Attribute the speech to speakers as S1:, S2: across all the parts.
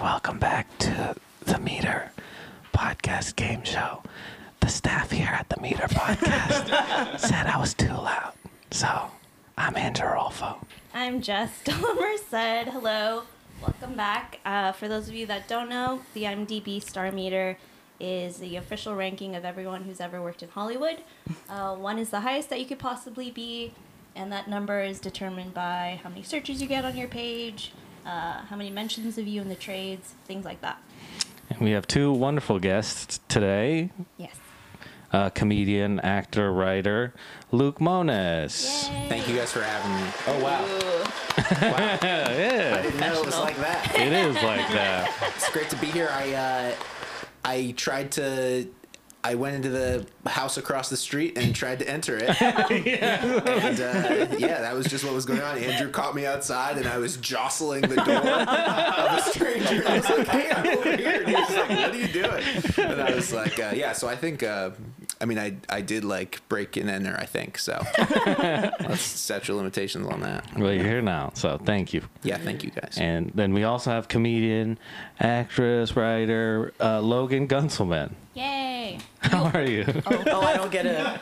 S1: welcome back to the Meter Podcast Game Show. The staff here at the Meter Podcast said I was too loud, so I'm Andrew Rolfo.
S2: I'm Jess Dahmer said hello. Welcome back. Uh, for those of you that don't know, the IMDb Star Meter is the official ranking of everyone who's ever worked in Hollywood. Uh, one is the highest that you could possibly be, and that number is determined by how many searches you get on your page, uh, how many mentions of you in the trades, things like that.
S1: And we have two wonderful guests today:
S2: Yes.
S1: uh, comedian, actor, writer Luke Monas.
S3: Thank you guys for having me. Oh wow, I didn't know it was like that.
S1: It is like that.
S3: It's great to be here. I uh, I tried to. I went into the house across the street and tried to enter it. And uh, yeah, that was just what was going on. Andrew caught me outside and I was jostling the door of a stranger. I was like, hey, I'm over here. And he was like, what are you doing? And I was like, uh, yeah, so I think, uh, I mean, I, I did like break and enter, I think. So let's set your limitations on that.
S1: Well, you're here now, so thank you.
S3: Yeah, thank you guys.
S1: And then we also have comedian, actress, writer uh, Logan Gunselman.
S2: Yay!
S1: How are you?
S4: Oh, I don't get a.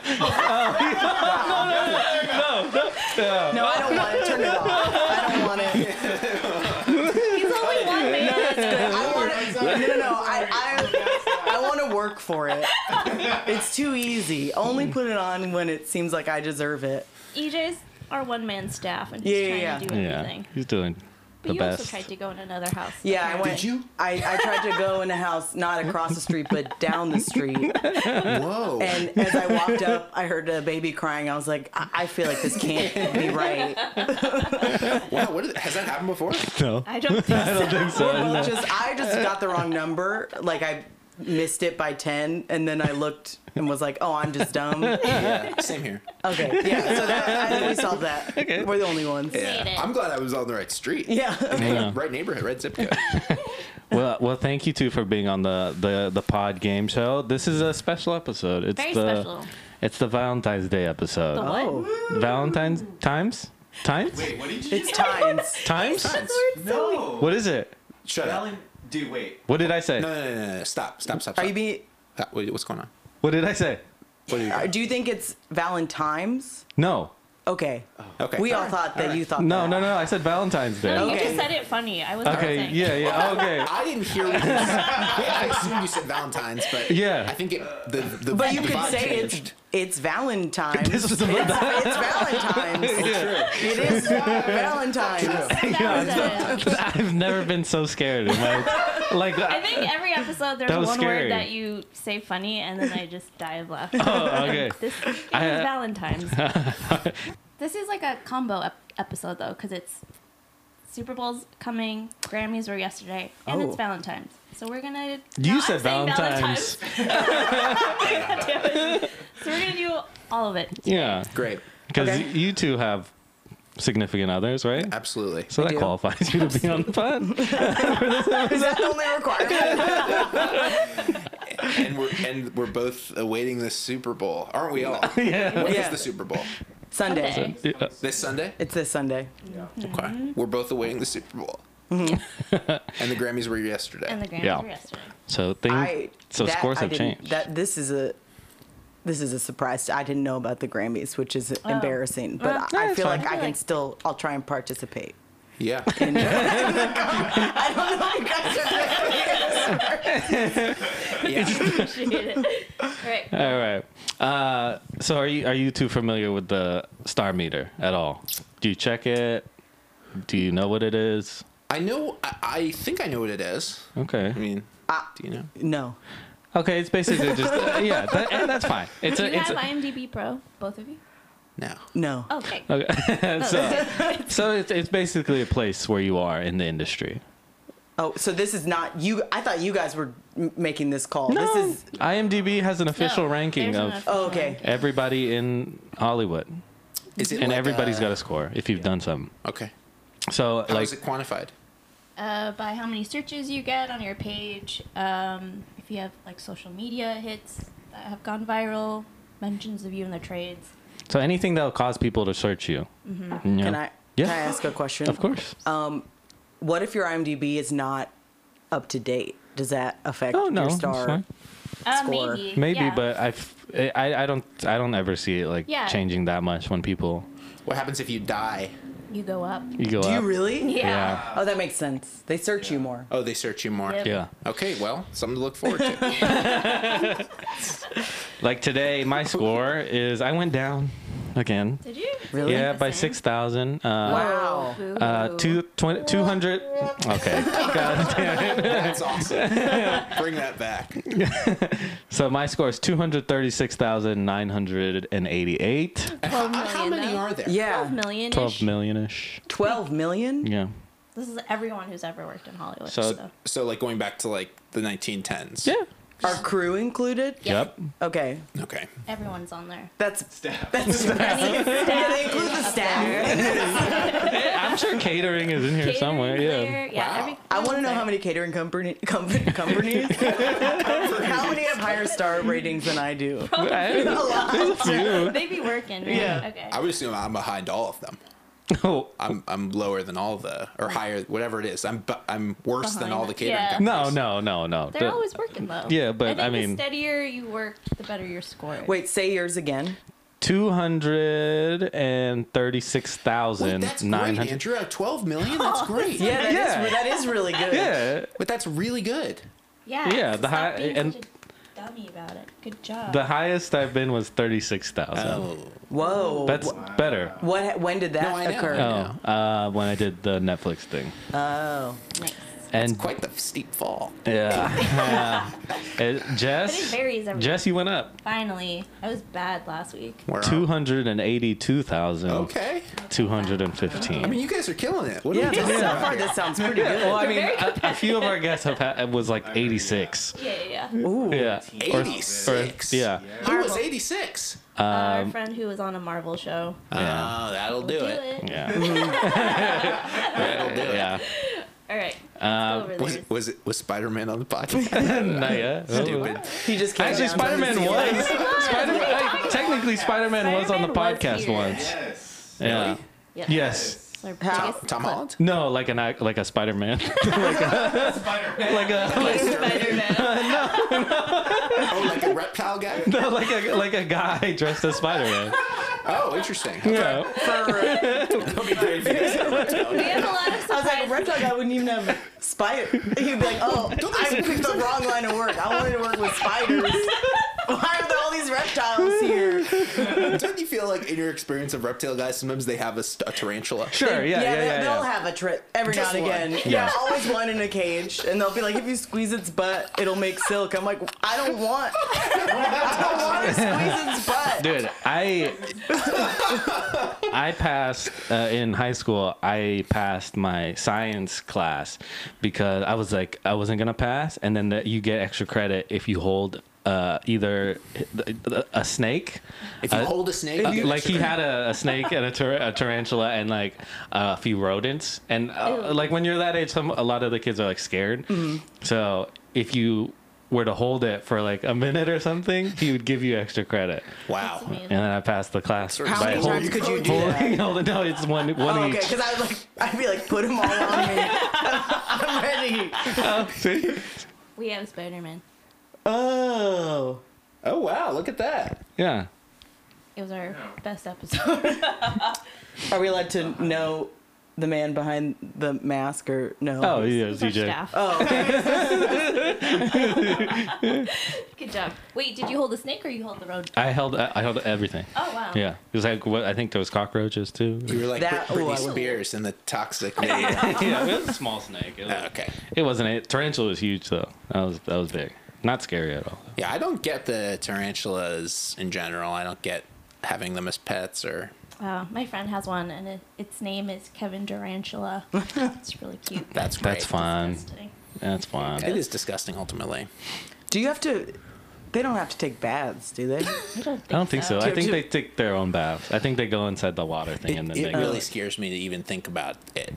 S4: no, no, no, no, no, I don't want it. Turn it off. I don't want it.
S2: He's only one man.
S4: I want it. No, no, no. I, I, I want to work for it. It's too easy. Only put it on when it seems like I deserve it.
S2: EJ's our E one man staff, and he's
S4: Yeah,
S2: trying
S4: yeah,
S2: to do
S1: yeah,
S2: everything.
S1: he's doing
S2: But
S1: the
S2: you
S1: best.
S2: also tried to go in another house.
S4: Yeah, I went.
S3: Did you?
S4: I, I tried to go in a house, not across the street, but down the street.
S3: Whoa.
S4: And as I walked up, I heard a baby crying. I was like, I, I feel like this can't be right.
S3: Wow, what is, has that happened before?
S1: no,
S2: I don't think
S1: I don't think so.
S4: Well,
S1: no.
S4: just I just got the wrong number. Like I missed it by ten, and then I looked and was like, "Oh, I'm just dumb." Okay,
S3: yeah, same here.
S4: yeah. So that, I think we solved that. We're the only ones. Yeah.
S2: Made it.
S3: I'm glad I was on the right street.
S1: Yeah.
S3: Right neighborhood, right zip code.
S1: Well, well, thank you two for being on the, the the pod game show. This is a special episode. It's
S2: Very
S1: the
S2: special.
S1: it's the Valentine's Day episode.
S2: The what?
S4: Oh,
S1: Valentine's times times
S5: Wait, what did you
S4: it's times.
S1: times.
S5: No.
S1: What is it?
S3: Shut up.
S5: Valen- Dude, wait.
S1: What did I say?
S3: No, no, no, no, no. uh, Stop, stop, stop.
S4: Are
S3: stop.
S4: you being? uh,
S3: Uh, wait, what's going on?
S1: What did I say?
S3: What are you
S4: Do you think it's Valentine's?
S1: No,
S4: Okay.
S3: Okay.
S4: We all
S3: Alright,
S4: thought that
S3: alright.
S4: you thought.
S1: no,
S4: that.
S1: no, no. I said Valentine's Day.
S2: No,
S4: Okay.
S2: You just said it funny. I wasn't
S1: Okay,
S2: listening.
S1: yeah, yeah. Okay.
S3: I didn't hear what you said. I assumed you said Valentine's, but
S1: Yeah.
S3: I think it, the, the
S4: But you
S3: the
S4: could
S3: vibe
S4: say it's
S3: changed.
S4: it's Valentine's.
S1: This was the-
S4: it's Valentine's. It is Valentine's.
S2: That was it.
S1: I've never been so scared. In my, like,
S2: I think every episode there's
S1: That was
S2: one
S1: scary.
S2: word that you say funny and then I just die of laughter.
S1: oh, okay.
S2: This week it was
S1: I-
S2: Valentine's. this is like a combo ep- episode though, because it's Super Bowl's coming, Grammys were yesterday, and it's
S4: Oh.
S2: Valentine's. So we're gonna.
S1: You
S2: No, I'm
S1: said
S2: saying
S1: Valentine's.
S2: Valentine's. Damn it. so we're gonna do all of it.
S1: Yeah,
S3: Great.
S1: because
S4: Okay. Uh,
S1: you two have significant others, right?
S3: Absolutely.
S1: So that
S4: do.
S1: qualifies you to be on the pod.
S4: Is that the only requirement?
S3: And we're and we're both awaiting the Super Bowl, aren't we all? When
S1: yeah.
S3: is
S4: Yeah.
S3: the Super Bowl?
S4: Sunday.
S2: Okay.
S1: Yeah.
S3: This Sunday?
S4: It's this Sunday.
S3: Okay. We're both awaiting the Super Bowl.
S4: Mm-hmm.
S3: and the Grammys were yesterday.
S2: And the Grammys
S1: Yeah.
S2: were yesterday.
S1: So things,
S4: I
S1: so
S4: that
S1: scores
S4: I
S1: have
S4: didn't-
S1: changed.
S4: That this is a this is a surprise. I didn't know about the Grammys, which is embarrassing. But
S1: Well,
S4: I,
S1: yeah,
S4: I
S1: it's
S4: feel
S1: fine.
S4: like I can
S2: Like-
S4: still. I'll try and participate.
S3: yeah.
S4: I don't know. if you guys are
S3: yeah.
S2: Appreciate it. Right.
S1: All right. Uh, so are you are you too familiar with the star meter at all? Do you check it? Do you know what it is?
S3: I know I, I think I know what it is.
S1: Okay.
S3: I mean, do you know?
S4: no.
S1: Okay. It's basically just uh, yeah. That, and that's fine. It's
S2: Do
S1: a
S2: you
S1: it's
S2: have
S1: a,
S2: IMDb Pro, both of you?
S3: No.
S4: No.
S2: Okay.
S1: okay. so so it's, it's basically a place where you are in the industry.
S4: Oh, so this is not you. I thought you guys were m- making this call. This is.
S1: IMDb has an official
S2: No,
S1: ranking
S2: there's
S1: of
S2: an official
S4: Oh, okay.
S1: everybody in Hollywood,
S3: Is it
S1: and
S3: like,
S1: everybody's
S3: uh,
S1: got a score if you've done some.
S3: Okay.
S1: So
S3: How
S1: like
S3: is it quantified?
S2: uh, by how many searches you get on your page, um, if you have like social media hits that have gone viral, mentions of you in the trades.
S1: so anything that'll cause people to search you.
S4: Mm.
S1: Mm-hmm.
S4: Can I?
S1: Yeah.
S2: Um,
S4: Can I ask a question?
S1: Of course.
S4: What if your IMDb is not up to date. Does that affect
S6: Oh no,
S4: your
S6: it's
S4: star?
S6: fine.
S2: Uh,
S4: Score.
S2: maybe.
S6: Maybe,
S2: yeah.
S6: but I, f- I, I don't, I don't ever see it like
S2: Yeah.
S6: changing that much when people
S3: What happens if you die?
S2: you go up.
S6: you go
S4: Do
S6: up.
S4: you really?
S2: Yeah.
S4: Oh, that makes sense. They search you more.
S3: Oh, they search you more.
S2: Yep.
S6: yeah.
S3: Okay, well, something to look forward to.
S6: Like today, my score is I went down again.
S2: Did you? Oh.
S4: Really?
S6: Yeah, by
S2: Same.
S6: six thousand. Uh,
S4: Wow.
S2: Boo.
S6: Uh, two, twen- 200. Okay. God damn it.
S3: That's awesome. Bring that back.
S6: So my score is 236,988.
S3: How, how
S2: million,
S3: many
S2: though.
S3: are there?
S4: Yeah.
S2: Twelve million.
S6: 12 million ish.
S4: 12 million?
S6: Yeah.
S2: This is everyone who's ever worked in Hollywood.
S6: So-
S2: So,
S1: Uh,
S3: So, like, going back to like the 1910s.
S6: Yeah.
S4: Our crew included?
S6: Yep.
S4: Okay.
S3: Okay.
S2: everyone's on there.
S4: That's
S5: Staff.
S4: that's yeah, they include the staff.
S6: I'm sure catering is in here
S2: Catering's
S6: somewhere. Yeah.
S2: there. Yeah.
S3: Wow.
S2: every-
S4: I want to know how many catering company, company companies how many have higher star ratings than I do.
S6: I-
S2: They be working. Right?
S4: Yeah.
S2: Okay.
S3: I would assume I'm behind all of them.
S6: oh,
S3: I'm I'm lower than all the or higher whatever it is. I'm bu- I'm worse than
S2: Behind
S3: all the
S2: them.
S3: catering
S2: Yeah.
S3: companies.
S6: no, no, no, no.
S2: They're
S6: The-
S2: always working though.
S6: Yeah, but,
S2: think
S6: I mean-
S2: the steadier you work, the better your score. is.
S4: Wait, say yours again.
S3: Wait, that's great,
S6: 236,900.
S3: Andrew. At 12 million, that's great.
S4: Yeah, that is
S6: Yeah.
S4: that is really good.
S6: Yeah.
S3: but that's really good.
S2: Yeah.
S6: Yeah,
S2: it's
S6: the
S2: not
S6: high-
S2: being
S6: and-
S2: such a dummy about it. Good job.
S6: The highest I've been was 36,000.
S3: Oh,
S4: Whoa.
S6: That's better.
S4: what? When did that
S3: No, I know.
S4: occur?
S6: Oh, uh, when I did the Netflix thing.
S4: Oh.
S2: nice.
S6: And
S3: Quite the steep fall.
S6: Yeah. yeah. It-
S2: But it
S6: Jess,
S2: varies every.
S6: Jess, you went up
S2: Finally, I was bad last week.
S3: We're out.
S6: two hundred and eighty-two thousand
S3: Okay.
S6: two hundred and
S3: I
S6: fifteen.
S3: mean, you guys are killing it. What are
S4: Yeah,
S3: we
S4: this,
S3: talking
S4: so
S3: about
S4: far
S3: here?
S4: this sounds pretty good.
S6: Well, I mean, a, a few of our guests have had, it was like eighty-six.
S2: Yeah, yeah. yeah.
S6: Yeah. Or- or-
S3: 86.
S6: yeah.
S3: Who was 86?
S2: Uh, Our
S6: Um,
S2: friend who was on a Marvel show.
S6: Yeah.
S3: Oh, that'll do
S2: Do
S3: it.
S2: it.
S6: Yeah.
S3: That'll do
S6: Yeah. Um,
S2: All right. let's go over this.
S3: Was it was it was Spider Man on the podcast?
S6: Nah, yeah.
S3: Stupid.
S4: He just came
S6: Actually,
S4: down to
S6: Spider-Man
S4: the-
S6: was. Spider-
S2: What are you
S6: I-
S2: talking
S6: technically, Spider-Man was on the
S2: Spider-Man was
S6: podcast
S2: here.
S6: once.
S5: Yes.
S6: Yeah.
S2: Yeah.
S6: Yes.
S2: It's our
S4: How-
S2: biggest
S3: Tom Holland?
S6: No, like an act- like a Spider-Man, like a
S2: Spider-Man.
S3: Oh, like a reptile guy?
S6: no, like a like a guy dressed as Spider-Man.
S3: Oh, interesting.
S6: Yeah.
S4: For,
S3: That'll be great if you guys have a reptile
S2: we
S3: guy.
S2: have a lot of
S4: I was like, a
S2: surprises.
S4: reptile guy wouldn't even have spider. He'd be like, oh, I picked the wrong line of work. I wanted to work with spiders. Why are there all these reptiles here?
S3: Don't you feel like in your experience of reptile guys, sometimes they have a, st- a tarantula?
S6: Sure. Yeah. Yeah.
S4: they,
S6: Yeah.
S4: they'll
S6: yeah.
S4: have a trip every
S3: Just
S4: now and
S3: one.
S4: again.
S6: Yeah.
S4: There's always one in a cage, and they'll be like, if you squeeze its butt, it'll make silk. I'm like, I don't want. I don't want to squeeze
S6: Dude,
S4: its butt.
S6: I I passed uh, in high school. I passed my science class because I was like I wasn't gonna pass, and then the, you get extra credit if you hold uh, either a, a snake.
S3: If you
S6: Uh,
S3: hold a snake,
S6: Uh,
S3: you get
S6: like he
S3: extra
S6: had a, a snake and a, tar- a tarantula and like a few rodents and uh,
S2: Ew.
S6: like when you're that age some a lot of the kids are like scared so if you were to hold it for like a minute or something he would give you extra credit
S3: credit. Wow.
S6: and then i passed the class
S3: Sort of
S4: How
S3: By
S4: many
S3: holding-
S4: times could you do that?
S6: holding, holding, no it's one, one
S4: Oh, okay,
S6: each
S4: because I would like, I'd be like, put them all on me. I'm ready.
S2: We have Spider-Man.
S4: Oh.
S3: Oh, wow. Look at that.
S6: yeah
S2: It was our best episode.
S4: Are we allowed to know the man behind the mask or no?
S6: oh yeah
S2: It was our
S6: cj
S2: staff.
S4: Oh, okay.
S2: Oh. Good job. Wait, did you hold the snake or you hold the road?
S6: i held i I held everything
S2: Oh wow.
S6: yeah it was like what i think there was cockroaches too
S3: You were like
S4: That-
S3: Brit- Britney
S4: ooh, I-
S3: Spears in the toxic video.
S6: yeah it was a small snake It was-
S3: okay.
S6: It wasn't. A tarantula was huge though. That was that was big. Not scary at all.
S3: Yeah, I don't get the tarantulas in general. I don't get having them as pets or.
S2: Wow. My friend has one, and it, its name is Kevin Durantula. it's really cute.
S3: That's great.
S6: That's fun.
S2: Disgusting.
S6: That's fun.
S3: It is disgusting ultimately.
S4: Do you have to? They don't have to take baths, do they?
S2: I don't think,
S6: I don't think so. I
S4: Dude,
S6: think
S4: dude.
S6: they take their own baths. I think they go inside the water thing and
S3: It,
S6: then they
S3: it
S6: go.
S3: really scares me to even think about it.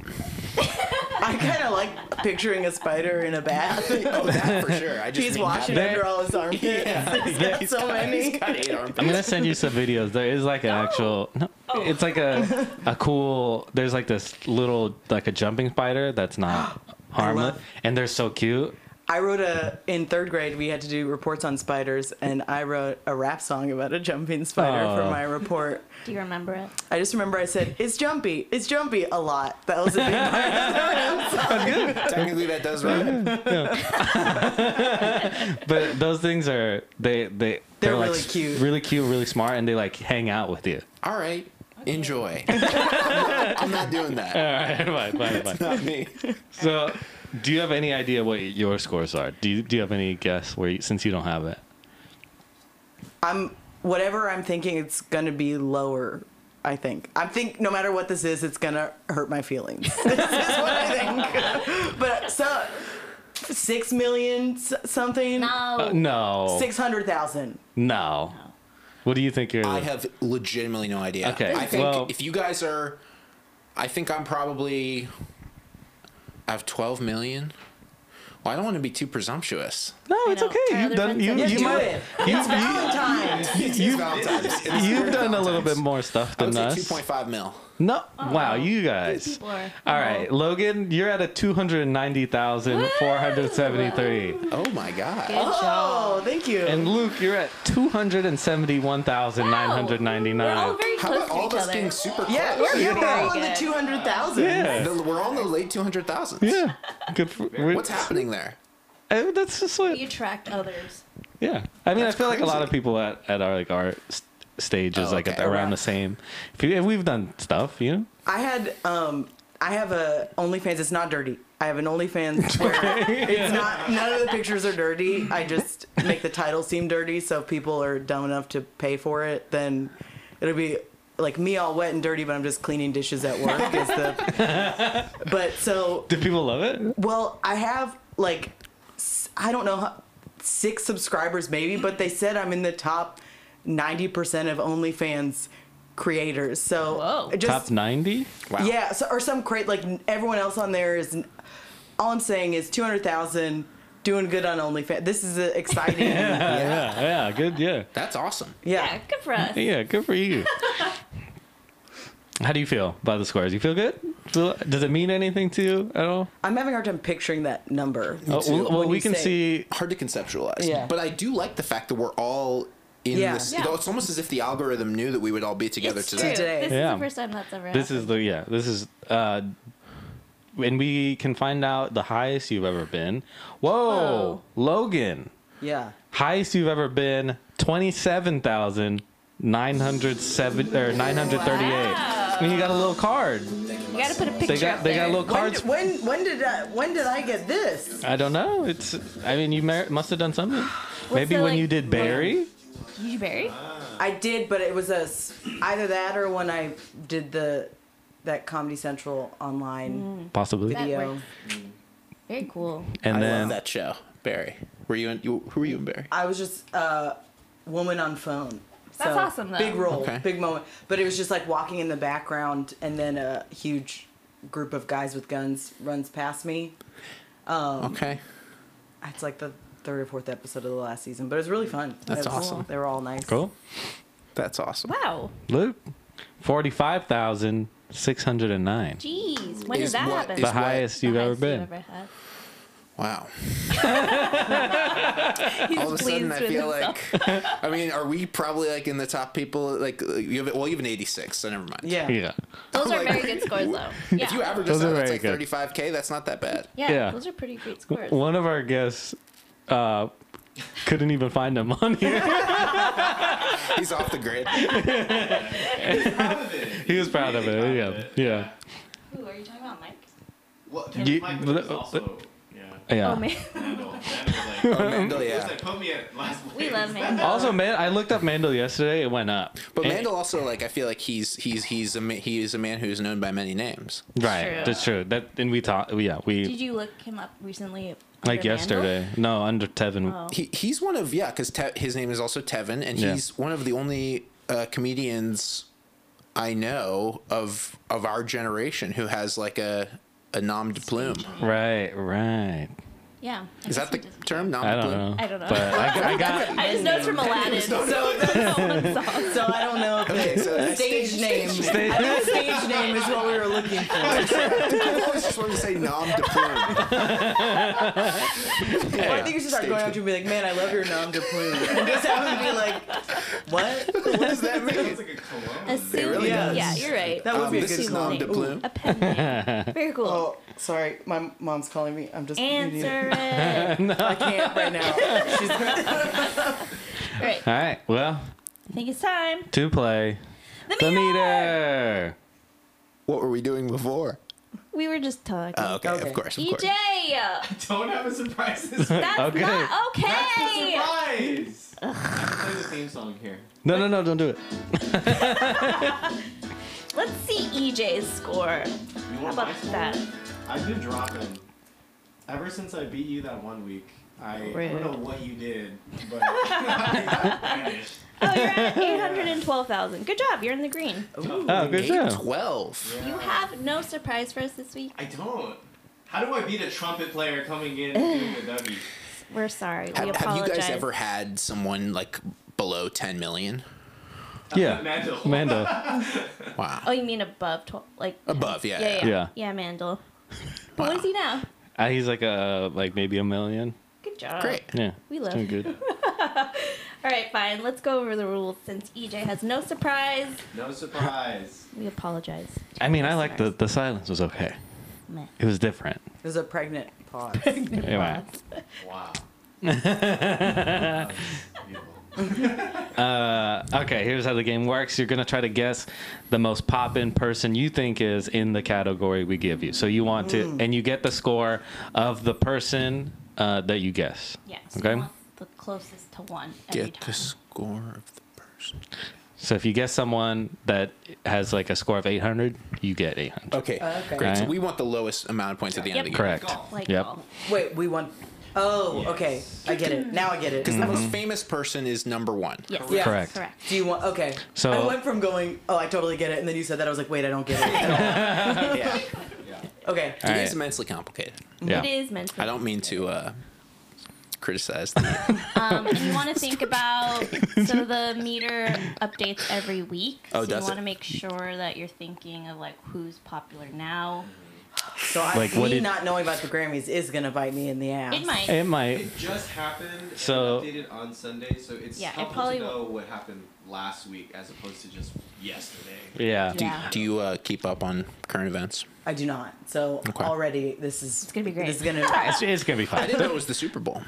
S4: I kind of like picturing a spider in a bath.
S3: Oh, that for sure. I just
S4: He's
S3: mean
S4: washing
S3: that-
S6: They-
S4: under all his armpits. He's got so many.
S3: I hate armpits.
S6: I'm gonna send you some videos. There is like an actual. No, it's like a a cool. There's like this little like a jumping spider that's not harmless,
S4: love-
S6: and they're so cute.
S4: I wrote a in third grade. We had to do reports on spiders, and I wrote a rap song about a jumping spider for
S6: Aw.
S4: my report.
S2: Do you remember it?
S4: I just remember I said, "It's jumpy, it's jumpy" a lot. That was a big part.
S3: Technically, that does rhyme.
S6: But those things are they they
S4: They're
S6: like
S4: really
S6: s-
S4: cute.
S6: really cute, really smart, and they like hang out with you.
S3: All right, enjoy. I'm not, I'm not doing that.
S6: All right, fine, fine, fine.
S3: Not me.
S6: So, do you have any idea what your scores are? Do you, do you have any guess where you, since you don't have it?
S4: I'm whatever I'm thinking. It's gonna be lower. I think. I think no matter what this is, it's gonna hurt my feelings. this is what I think. But so six million s- something,
S2: No.
S6: Uh, no.
S4: six hundred thousand.
S6: No. What do you think you're?
S3: I have legitimately no idea.
S6: Okay,
S3: I think
S6: well-
S3: if you guys are, I think I'm probably. I have 12 million. Well, I don't want to be too presumptuous.
S6: no,
S2: I
S6: it's
S2: know.
S6: okay.
S2: Tyler
S6: You've done. You,
S2: Benson.
S4: Yeah,
S6: you
S4: do
S6: might.
S4: it.
S6: You,
S4: It's Valentine's.
S3: It's Valentine's. It's
S6: you, have done a little bit more stuff
S3: I would
S6: than
S3: say
S6: us.
S3: 2.5 mil.
S6: No. Wow, you
S2: Oh, These
S6: guys.
S2: people are-
S6: All right, Logan, you're at a two hundred ninety thousand four hundred seventy-three,
S3: Oh my god.
S2: Good job.
S4: Oh, thank you.
S6: and Luke, you're at two hundred and seventy-one thousand nine hundred
S2: We're all
S6: ninety-nine.
S2: very
S3: How
S2: close
S3: about all of
S2: to each
S3: us
S2: other.
S3: getting super close?
S4: yeah, we're,
S2: You're
S4: we're all
S2: very
S4: in the
S2: good.
S4: two hundred thousand.
S6: Yeah.
S3: The- We're all in the late 200,000s.
S6: Yeah. Good. For,
S3: What's happening there?
S6: Uh, That's just what.
S2: You tracked others.
S6: Yeah, I mean,
S3: That's
S6: I feel like a lot
S3: crazy.
S6: of people at, at our like our s- stage is
S3: Oh,
S6: like
S3: okay.
S6: around the same. If, you, if we've done stuff, you know.
S4: I had um I have a OnlyFans. It's not dirty. I have an OnlyFans where it's not none of the pictures are dirty. I just make the title seem dirty, so if people are dumb enough to pay for it, then it'll be like me all wet and dirty, but I'm just cleaning dishes at work. is the, but so
S6: Do people love it?
S4: well, I have like s- I don't know how, six subscribers maybe, but they said I'm in the top ninety percent of OnlyFans creators. So
S2: Whoa.
S4: it just
S6: Top ninety.
S3: Wow.
S4: yeah, so, or some crate like n- everyone else on there is. All I'm saying is two hundred thousand, doing good on OnlyFans. This is uh, exciting. yeah.
S6: Yeah, yeah, good. Yeah,
S3: That's awesome.
S6: Oh,
S2: Yeah, good for us.
S6: yeah, good for you. How do you feel about the scores? You feel good? Feel- Does it mean anything to you at all?
S4: I'm having a hard time picturing that number.
S6: Oh,
S3: too.
S6: well,
S4: When
S6: well, we
S4: you
S6: can
S4: say-
S6: see.
S3: Hard to conceptualize.
S4: Yeah.
S3: But I do like the fact that we're all in
S4: Yeah.
S3: this.
S2: Yeah.
S3: though It's almost as if the algorithm knew that we would all be together
S2: It's
S3: today.
S2: true.
S4: Today.
S2: This is
S6: Yeah.
S2: the first time that's ever
S6: This is the yeah. This is uh, and we can find out the highest you've ever been. Whoa.
S2: Whoa.
S6: Logan.
S4: Yeah.
S6: highest you've ever been 27,907 or 938. I mean, you got a little card.
S2: happened. You got to put a picture
S6: They
S2: up
S6: got they got
S2: there.
S6: little
S4: When,
S6: cards.
S4: did- when when did I, when did I get this?
S6: I don't know. It's I mean, you mer- must have done something. Maybe
S2: the,
S6: when
S2: like,
S6: you did Barry?
S2: Did you bury?
S4: I did, but it was a s- either that or when I did the that Comedy Central online
S6: Possibly.
S2: Mm. That
S4: video.
S2: works. Very cool.
S6: And
S3: I
S6: then
S3: love that show, Barry. Were you in? You, who were you in Barry?
S4: I was just uh, woman on phone.
S2: That's awesome, though.
S4: Big role,
S3: Okay.
S4: big moment. But it was just like walking in the background, and then a huge group of guys with guns runs past me.
S2: Um,
S3: okay.
S4: It's like the third or fourth episode of the last season, but it was really fun.
S3: That's
S4: It was-
S3: awesome.
S4: They were all nice.
S6: cool.
S3: That's awesome.
S2: Wow.
S6: Luke 45,609.
S2: Jeez. When
S3: Is
S2: did that
S3: what-
S2: happen?
S6: The
S3: is-
S6: highest
S2: The
S6: you've ever
S2: highest you've
S6: been.
S2: had.
S3: Wow.
S2: He's
S3: All of a sudden,
S2: pleased
S3: I
S2: with
S3: feel
S2: himself.
S3: like. I mean, are we probably like in the top people? Like uh, you have well, you have an 86, so never mind.
S4: Yeah.
S6: Yeah.
S2: Those are
S3: like-
S2: very good scores, though. Yeah.
S3: If you average
S6: Those
S3: us
S6: are
S3: out, that's
S6: very good.
S3: like 35k. That's not that bad.
S2: yeah,
S6: Yeah.
S2: those are pretty great scores.
S6: One of our guests uh couldn't even find him on here.
S3: He's off the grid.
S5: Proud of it.
S6: he was proud of it.
S5: Really proud
S6: Yeah.
S5: of it.
S6: Yeah.
S2: Who are you talking about, Mike?
S5: Well, Kevin
S6: You-
S5: Michael was
S6: the-
S5: also.
S1: uh,
S5: Yeah.
S6: Yeah.
S2: Oh man,
S5: Mandel. Mandel was like,
S3: Mandel,
S5: he was
S3: yeah.
S5: like, put me at last place.
S2: we love him.
S6: Also, man, I looked up Mandel yesterday. It went up.
S3: But
S6: And-
S3: Mandel also like I feel like he's he's he's a ma- he is a man who is known by many names.
S6: right?
S2: True.
S6: That's true. That and we talked. Yeah,
S2: Did
S6: we
S2: you look him up recently?
S6: like
S2: under Vandal?
S6: yesterday. No, under Tevin.
S2: Oh.
S3: He he's one of yeah because Te- his name is also Tevin and
S6: Yeah.
S3: he's one of the only uh, comedians I know of of our generation who has like a a nom de plume.
S6: Right, right.
S2: Yeah. I
S3: Is that the
S2: guess it
S3: term?
S6: I don't know.
S2: I don't know.
S6: But I, I got
S2: does. I just know it's from Aladdin. So that's all.
S4: So I don't know if
S3: Okay, so
S4: the
S3: that's
S4: stage, name. I think stage name is what we were looking for.
S3: I always just wanted to say nom de plume.
S4: Or I think you should start
S3: Stage
S4: going up to and be like, man, I love your nom de plume. And just have him be like, what?
S3: What does that mean?
S5: It's like a cologne.
S2: A suit.
S3: really
S2: yeah,
S4: does.
S2: you're right.
S4: That would
S3: Um,
S4: be a
S3: this
S4: good
S3: is
S4: song.
S3: nom de plume.
S2: A pen name. Very cool.
S4: Oh, sorry. My mom's calling me. I'm just.
S2: Answer it.
S4: I can't right now. She's
S2: All right.
S6: All right. Well,
S2: I think it's time.
S6: to play
S2: The
S6: the
S2: meter.
S6: meter.
S3: What were we doing before?
S2: We were just talking.
S3: Oh, okay,
S4: Okay.
S3: of course, of course.
S2: EJ,
S5: Don't have a surprise this week.
S2: that's
S6: Okay.
S2: not
S5: That's the
S2: okay.
S5: surprise. Play the theme song here.
S6: No, no, no! Don't do it.
S2: Let's see EJ's score.
S5: You
S2: How
S5: want
S2: about
S5: my song?
S2: that?
S5: I've been dropping. Ever since I beat you that one week, I, I
S2: Rude.
S5: don't know what you did, but I
S2: Oh, you're at 812,000. Good job. You're in the green.
S6: Oh, good job.
S3: 12.
S2: You have no surprise for us this week.
S5: I don't. How do I beat a trumpet player coming in doing a W?
S2: We're sorry. We
S3: Have,
S2: apologize.
S3: have you guys ever had someone like below 10 million?
S6: Yeah,
S5: Mandel.
S6: Mando.
S2: Oh,
S3: Wow.
S2: you mean above 12? Like,
S3: Above, yeah.
S2: yeah, yeah.
S6: Yeah.
S2: Yeah, Mandel. What is he now?
S6: Uh, he's like a like maybe a million.
S2: Good job.
S3: Great.
S6: Yeah,
S2: We love
S6: doing good.
S2: All right, fine. Let's go over the rules since EJ has no surprise.
S5: No surprise.
S2: We apologize.
S6: I mean, I like the the silence was okay.
S2: Meh.
S6: It was different.
S4: There's a pregnant pause.
S6: Anyway,
S5: Wow. Beautiful.
S6: okay. Here's how the game works. You're gonna try to guess the most poppin' person you think is in the category we give you. So you want to,
S2: Mm.
S6: and you get the score of the person uh, that you guess.
S2: Yeah. so
S6: Okay.
S2: we want The closest to one every
S3: Get the
S2: time.
S3: score of the person.
S6: So if you guess someone that has like a score of 800, you get 800.
S3: Okay,
S4: Okay.
S3: great. So
S6: Right.
S3: we want the lowest amount of points at the end of the game.
S6: Correct.
S5: Golf.
S2: Like,
S6: Yep.
S2: all.
S4: Wait, we want. Oh, okay. I get it. Now I get it.
S3: The most famous person is number one.
S2: Yes.
S4: Yeah.
S6: Correct.
S2: Correct.
S4: Do you want? Okay.
S6: So-
S4: I went from going, oh, I totally get it, and then you said that I was like, wait, I don't get it.
S3: Yeah.
S5: Yeah.
S4: okay.
S6: All
S3: It is
S6: right.
S3: immensely complicated.
S6: Yeah.
S2: It is meant to
S3: I don't mean to uh, criticize the
S2: Um, and you want to think about so the meter updates every week.
S3: Oh,
S2: so
S3: does
S2: you want
S3: it?
S2: to make sure that you're thinking of like who's popular now.
S4: So I,
S6: Like,
S4: me
S6: what did-
S4: not knowing about the Grammys is gonna bite me in the ass.
S2: It might.
S6: It might.
S5: It just happened.
S6: So-
S5: So updated on Sunday, so it's
S2: Yeah, it
S5: helpful
S2: probably
S5: to know what happened last week as opposed to just yesterday.
S6: Yeah.
S3: Do,
S2: Yeah.
S3: do you uh, keep up on current events?
S4: I do not. So
S3: Okay.
S4: already, this is
S2: It's gonna be great.
S4: This is gonna.
S6: It's, it's gonna be
S3: I
S6: fun.
S3: didn't know it was the Super Bowl.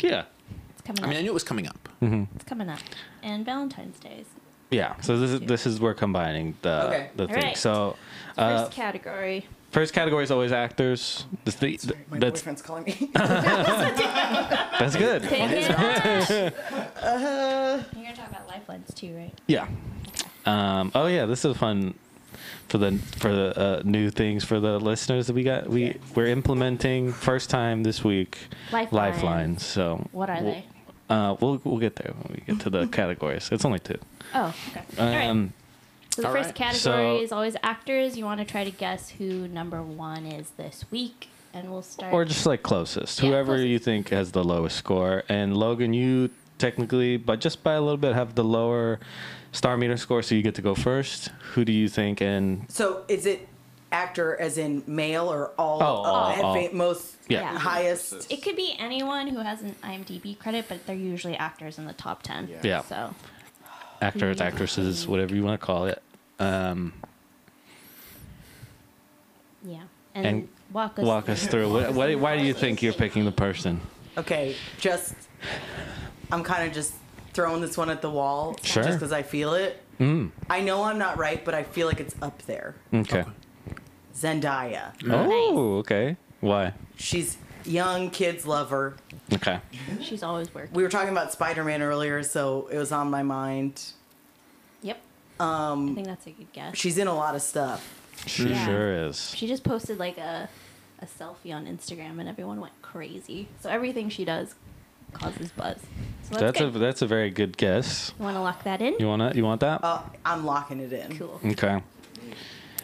S6: Yeah.
S2: It's coming
S3: I
S2: up.
S3: mean, I knew it was coming up.
S2: it's coming up. And Valentine's Day is
S6: Yeah. So this is this is we're combining the
S4: Okay.
S6: Uh, the thing.
S2: Alright.
S6: So
S2: the
S6: uh,
S2: first category.
S6: first category is always actors. That's the,
S4: My
S6: that's
S4: boyfriend's calling me.
S6: that's
S3: Oh,
S6: good.
S2: Take it up.
S3: Uh-huh.
S2: You're gonna talk about lifelines too, right?
S6: Yeah. Um, oh yeah, this is fun for the for the uh, new things for the listeners that we got. We we're implementing first time this week.
S2: Lifelines.
S6: Lifelines. So
S2: What are
S6: we'll-
S2: they?
S6: Uh, we'll we'll get there when we get to the categories. It's only two.
S2: Oh, okay. All right.
S6: Um,
S2: So the
S3: All
S2: first
S3: right.
S2: category
S6: So-
S2: is always actors. You want to try to guess who number one is this week, and we'll start.
S6: or just like closest
S2: Yeah,
S6: whoever
S2: closest.
S6: you think has the lowest score and logan you technically but just by a little bit have the lower star meter score so you get to go first who do you think and
S4: so is it actor as in male or all?
S6: Oh, all,
S4: at
S6: all.
S4: fa- most
S6: Yeah.
S4: highest.
S2: it could be anyone who has an IMDb credit, but they're usually actors in the top ten.
S5: Yeah.
S6: Yeah.
S2: So
S6: actors actresses whatever you want to call it um,
S2: yeah, and,
S6: And
S2: walk us
S6: walk us through what, what, why do you think you're picking the person
S4: Okay, just I'm kind of just throwing this one at the wall,
S6: Sure. Mm.
S4: just because I feel it. I know I'm not right, but I feel like it's up there.
S6: okay
S4: Zendaya.
S6: oh okay why
S4: She's young, kids love her.
S6: okay
S2: She's always working.
S4: We were talking about Spider-Man earlier, so it was on my mind.
S2: Yep. Um, I think that's a good guess.
S4: She's in a lot of stuff.
S6: she
S2: Yeah.
S6: sure is
S2: She just posted like a a selfie on Instagram, and everyone went crazy. So everything she does causes buzz. So that's,
S6: that's
S2: good.
S6: a that's a very good guess
S2: you want to lock that in?
S6: you want to you want that
S4: Uh, I'm locking it in.
S2: Cool.
S6: okay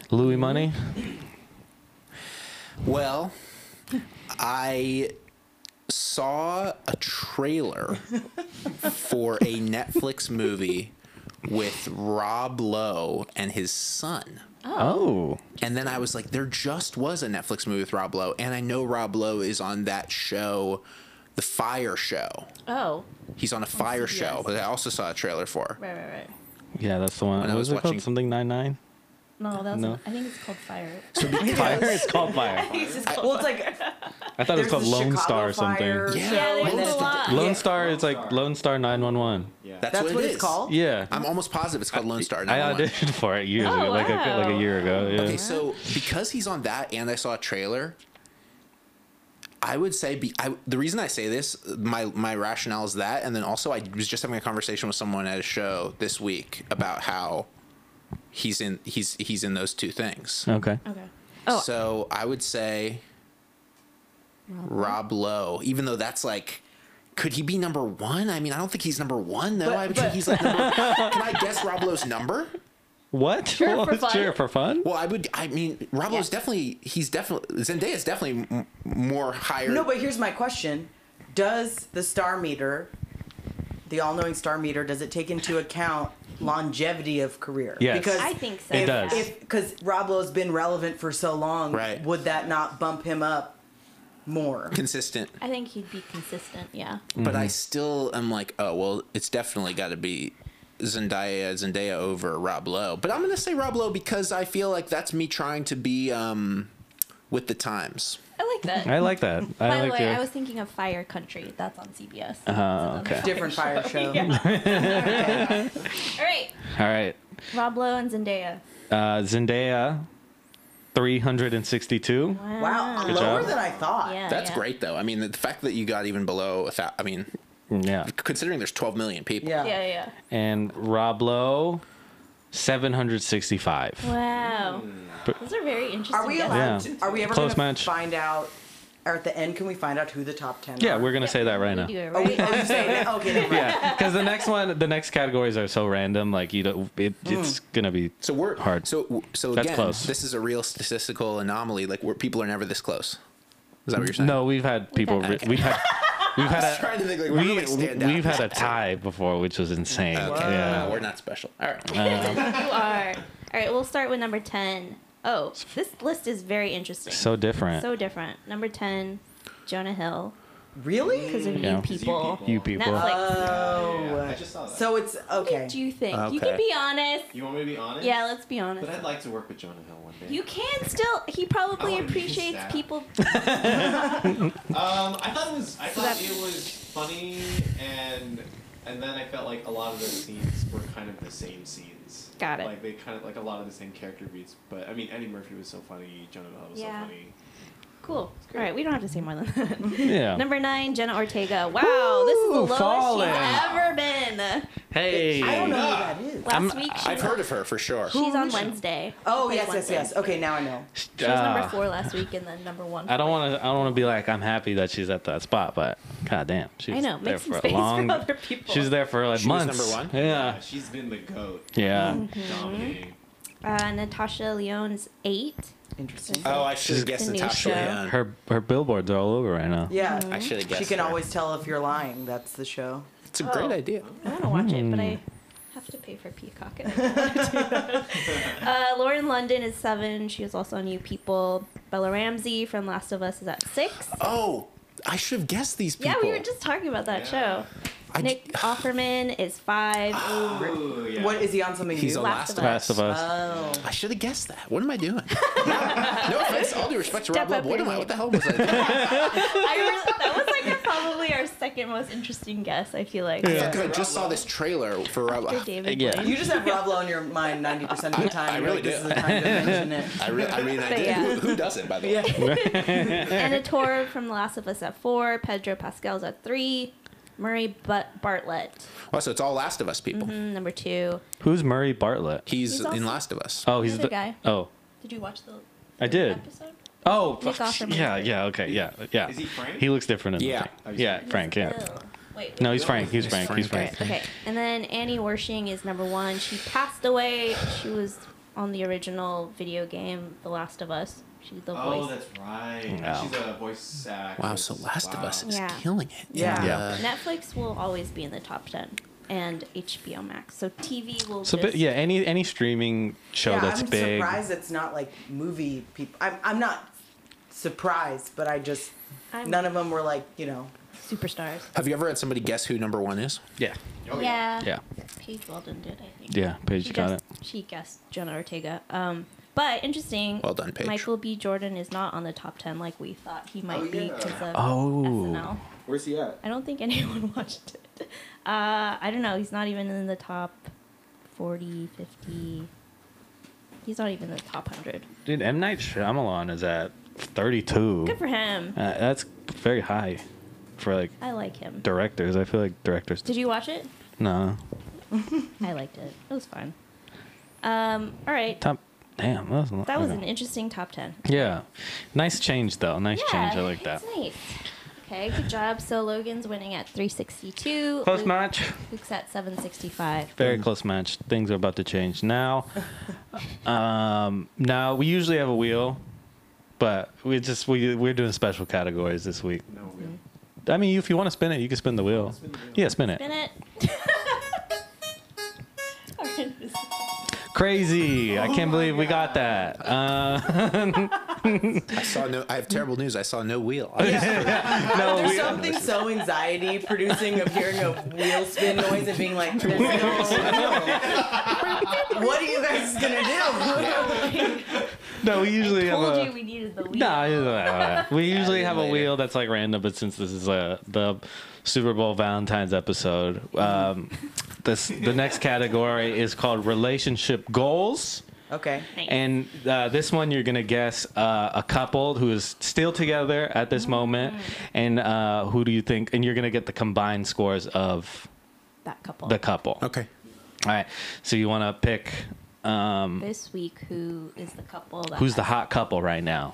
S6: louis money
S3: Well, I saw a trailer for a Netflix movie with Rob Lowe and his son.
S6: Oh.
S3: And then I was like, there just was a Netflix movie with Rob Lowe. And I know Rob Lowe is on that show, The Fire Show.
S2: Oh,
S3: He's on a fire
S2: CBS.
S3: show, but I also saw a trailer for.
S2: right, right, right.
S6: Yeah, that's the one.
S3: When I
S6: what
S3: was
S6: was it
S3: watching-
S6: called? Something nine nine.
S2: No, that was.
S6: No.
S2: I think it's called Fire.
S6: Fire. It's called fire.
S2: It's just called
S4: Well, it's like
S6: I thought it was
S4: there's
S6: called
S4: the
S6: Lone
S4: Chicago
S6: Star or
S4: Fire
S6: something.
S3: Yeah,
S2: yeah,
S4: show,
S2: there's
S3: what
S4: and
S2: a
S3: is the-
S4: then-
S2: lot.
S6: Lone
S4: Yeah.
S6: Star is like
S5: Star.
S6: Lone Star nine one one.
S5: Yeah.
S3: That's,
S4: That's
S3: what,
S4: what
S3: it
S4: it's
S3: is.
S4: called?
S6: Yeah.
S3: I'm almost positive it's called Lone Star.
S6: I
S3: 911.
S6: auditioned for it years
S2: Oh,
S6: ago, like a, like a
S2: wow.
S6: year ago. Yeah.
S3: Okay, so because he's on that, and I saw a trailer, I would say be, I, the reason I say this, my my rationale is that, and then also I was just having a conversation with someone at a show this week about how he's in he's he's in those two things.
S6: Okay.
S2: Okay. Oh,
S3: So I would say Rob Lowe, even though that's like. Could he be number one? I mean, I don't think he's number one, though.
S4: But-
S3: I would
S4: but-
S3: think he's like number. can I guess Rob Lowe's number?
S6: What?
S2: Sure,
S6: What
S2: for
S6: was
S2: fun.
S6: Sure for fun.
S3: Well, I would. I mean, Rob Lowe's definitely. He's definitely. Zendaya's definitely m- more higher.
S4: No, but here's my question: Does the star meter, the all-knowing star meter, does it take into account longevity of career?
S6: Yes.
S4: because
S2: I think so.
S6: It
S2: yeah.
S6: does.
S4: because Roblo's been relevant for so long,
S3: Right.
S4: would that not bump him up more?
S3: consistent.
S2: I think he'd be consistent. Yeah.
S3: But I still am like, oh well, it's definitely got to be Zendaya, Zendaya over Rob Lowe. But I'm gonna say Rob Lowe because I feel like that's me trying to be um, with the times.
S2: I like that.
S6: I like that. I
S2: By the
S6: like
S2: way,
S6: your-
S2: I was thinking of Fire Country. That's on CBS.
S6: Oh, okay.
S4: Different fire show.
S2: All right.
S6: All right.
S2: Rob Lowe and Zendaya.
S6: Uh, Zendaya, 362.
S4: Wow,
S6: Good
S4: lower
S6: job.
S4: than I thought.
S2: Yeah.
S3: That's
S2: yeah.
S3: great though. I mean, the fact that you got even below a thou I mean,
S6: Yeah.
S3: considering there's 12 million people.
S4: Yeah.
S2: Yeah, yeah.
S6: And Rob Lowe, 765.
S2: yeah. Wow.
S6: Hmm. But-
S2: Those are very interesting.
S4: Are we
S2: guesses.
S4: allowed?
S6: Yeah.
S4: To, are we ever
S6: Close
S4: gonna
S6: match.
S4: find out? Or at the end, can we find out who the top ten?
S6: Yeah,
S4: are?
S6: we're going to say that right
S2: You
S6: now.
S2: do it,
S4: Are we,
S2: right?
S4: are you saying it? Okay, never mind.
S6: Yeah, because the next one, the next categories are so random. Like you, don't, it, it's gonna be
S3: Hmm. So we're
S6: hard.
S3: So so
S6: That's
S3: again,
S6: close.
S3: this is a real statistical anomaly. Like where people are never this close. Is that what you're saying?
S6: no, we've had people.
S2: had-
S6: re- We've had. We've had a.
S3: trying to think like
S6: we,
S3: we, really stand out.
S6: we've had a tie before, which was insane.
S3: Okay, no,
S6: Yeah.
S3: we're not special. All right.
S6: Uh,
S2: you are. All right, we'll start with number 10. Oh, this list is very interesting.
S6: So different.
S2: So different. Number 10, Jonah Hill.
S4: Really?
S2: Because of
S6: Yeah.
S2: you
S6: 'Cause
S5: It's
S2: people.
S6: you people.
S2: Netflix.
S4: Oh.
S5: Yeah, I just saw that.
S4: So it's okay.
S2: what do you think? You
S3: Okay.
S2: can be honest.
S5: you want me to be honest?
S2: Yeah, let's be
S5: But I'd
S2: honest.
S5: like to work with Jonah Hill one day.
S2: You can still. He
S5: I
S2: probably
S5: wanna be
S2: appreciates
S5: sad.
S2: people.
S5: Um, I thought it was. I thought
S2: that-
S5: it was funny, and and then I felt like a lot of those scenes were kind of the same scenes.
S2: Got it.
S5: Like they kind of like a lot of the same character beats. But I mean, Eddie Murphy was so funny. Jonah Hill was
S2: Yeah.
S5: so funny.
S2: Cool. All right, we don't have to say more than that.
S6: yeah.
S2: Number nine, Jenna Ortega. Wow, this is the
S6: Ooh,
S2: lowest
S6: falling.
S2: she's ever been.
S6: hey.
S4: I don't know who that is.
S2: Last week, she's,
S3: I've heard of her for sure.
S2: she's on Wednesday.
S4: Oh
S2: She
S4: yes,
S2: plays
S4: yes,
S2: Wednesday.
S4: yes. Okay, now I know.
S2: She was number
S6: Ah.
S2: four last week, and then number one.
S6: I don't want to. I don't want to be like I'm happy that she's at that spot, but goddamn, she's
S2: I know.
S6: there
S2: Make
S6: for
S2: some
S6: a
S2: space
S6: long.
S2: for other people.
S6: She's there for like
S3: She was
S6: months.
S3: number one?
S6: Yeah.
S5: Uh, she's been the goat.
S6: Yeah.
S2: Mm-hmm.
S5: Dominating.
S2: Uh, Natasha Leone's eight.
S4: Interesting.
S3: Oh, I should
S6: She's-
S3: have guessed
S2: The new
S3: Natasha
S2: show.
S3: Leon.
S6: Her her billboards are all over right now.
S4: yeah.
S3: I should have guessed.
S4: She can
S3: her.
S4: always tell if you're lying. That's the show.
S3: It's a great
S2: Oh.
S3: idea.
S2: I want to watch it, but
S3: Hmm.
S2: I have to pay for Peacock. And I don't wanna do that. uh, Lauren London is seven. She was also on You People. Bella Ramsey from Last of Us is at six.
S3: Oh, I should have guessed these people.
S2: Yeah, we were just talking about that
S5: Yeah.
S2: show.
S3: I j-
S2: Nick Offerman is five.
S5: Ooh, yeah.
S4: What is he on something
S3: He's
S4: new?
S3: on
S2: Last
S3: Last
S2: of
S3: of
S6: Last of Us.
S4: oh.
S3: I should have guessed that. What am I doing? no offense, all due respect to
S2: Step
S3: Rob Lowe.
S2: up
S3: What
S2: your
S3: am I?
S2: game.
S3: What the hell was I? doing?
S2: I re- that was like a, probably our second most interesting guess. I feel like
S3: Because I just saw this trailer for uh, Rob.
S2: after
S3: Lowe.
S2: David.
S6: Yeah.
S2: Blaine.
S4: You just have Roblo in your mind 90% of the time.
S3: I
S4: You're
S3: really
S4: like, this
S3: do.
S4: is the time to mention it.
S3: I, re- I mean, I
S2: But
S3: did.
S2: yeah.
S3: Who, who doesn't, by the way?
S2: Anna Torv from The Last of Us at four. Pedro Pascal's at three. Murray but- Bartlett,
S3: Oh, so it's all Last of Us people.
S2: mm, number two.
S6: Who's Murray Bartlett?
S3: He's,
S2: He's also-
S3: in Last of Us.
S6: Oh, he's
S2: He's
S6: the,
S2: the guy.
S6: Oh,
S2: Did you watch the
S6: I did.
S2: episode?
S6: Oh,
S2: Nick
S6: fuck,
S2: Offerman.
S6: yeah, yeah, okay, yeah, yeah.
S5: Is he Frank?
S6: He looks different in
S3: Yeah.
S6: the
S5: Oh,
S6: thing.
S5: he's
S6: Yeah,
S5: Frank.
S6: Frank. Yeah.
S2: Bill. Wait,
S6: No,
S2: wait,
S6: he's Frank. He's
S3: He's
S6: Frank. He's
S3: Frank.
S6: Frank.
S2: wait. Okay, and then Annie Wershing is number one. She passed away. She was on the original video game, The Last of Us. She's the
S5: Oh,
S2: voice.
S5: that's right.
S6: No.
S5: She's a voice actress.
S3: Wow, so Last of
S5: Wow.
S3: Us is
S2: Yeah.
S3: killing it.
S4: Yeah.
S3: And,
S6: Yeah.
S3: uh,
S2: Netflix will always be in the top ten, and HBO Max. So TV will.
S6: So
S2: just,
S6: but yeah, any any streaming show
S4: yeah,
S6: that's
S4: I'm
S6: big.
S4: surprised it's not like movie people. I'm, I'm not surprised, but I just
S2: I'm
S4: none of them were like you know.
S2: superstars.
S3: Have you ever had somebody guess who number one is?
S6: Yeah,
S5: Oh,
S2: yeah.
S6: yeah,
S2: Paige Weldon did, I think.
S6: yeah. Paige
S2: She
S6: got
S2: guessed, she guessed Jenna Ortega. Um, but interesting.
S3: Well done, Paige.
S2: Michael B. Jordan is not on the top ten like we thought he might
S5: Oh,
S2: be
S5: yeah.
S2: because of
S6: Oh.
S2: SNL.
S5: Where's he at?
S2: I don't think anyone watched it. Uh, I don't know. He's not even in the top 40, 50. He's not even in the top 100.
S6: it. Dude, M Night Shyamalan is at 32.
S2: Good for him.
S6: Uh, that's very high for like
S2: I like him.
S6: directors. I feel like directors.
S2: Did you watch it?
S6: No.
S2: I liked it. It was fun. Um, all right.
S6: Top. Damn, that was. a lot-
S2: That was
S6: okay.
S2: an interesting top 10.
S6: Yeah, nice change though. Nice change. I like that.
S2: it's Nice. Okay, good job. So Logan's winning at 362.
S6: Close
S2: Luke-
S6: match.
S2: Luke's at 765.
S6: Very close match. Things are about to change now. um, now we usually have a wheel, but we just we we're doing special categories this week.
S5: No, we
S2: Mm-hmm.
S6: I mean, if you want to spin it, you can spin the wheel.
S5: Spin the wheel.
S6: Yeah, spin it.
S2: Spin it. All right, this-
S6: Crazy! I can't believe we got that. Uh,
S3: I saw no. I have terrible news. I saw no wheel.
S6: no,
S4: There's
S6: we,
S4: something so anxiety producing of hearing a wheel spin noise and being like, "There's no- what are you guys gonna do?
S6: no, we usually have
S2: told
S6: a.
S2: you we needed the wheel.
S6: No, no, no, no. uh, we usually have a
S3: later.
S6: wheel that's like random, but since this is uh, the Super Bowl Valentine's episode, um, this the next category is called relationship goals.
S4: Okay.
S2: Nice.
S6: And uh, this one, you're gonna guess uh, a couple who is still together at
S2: Mm.
S6: this moment, and uh, who do you think? And you're gonna get the combined scores of
S2: that couple.
S6: the couple. All
S3: okay.
S6: right. So you want to pick um,
S2: this week, who is the couple? That
S6: who's the hot couple right now?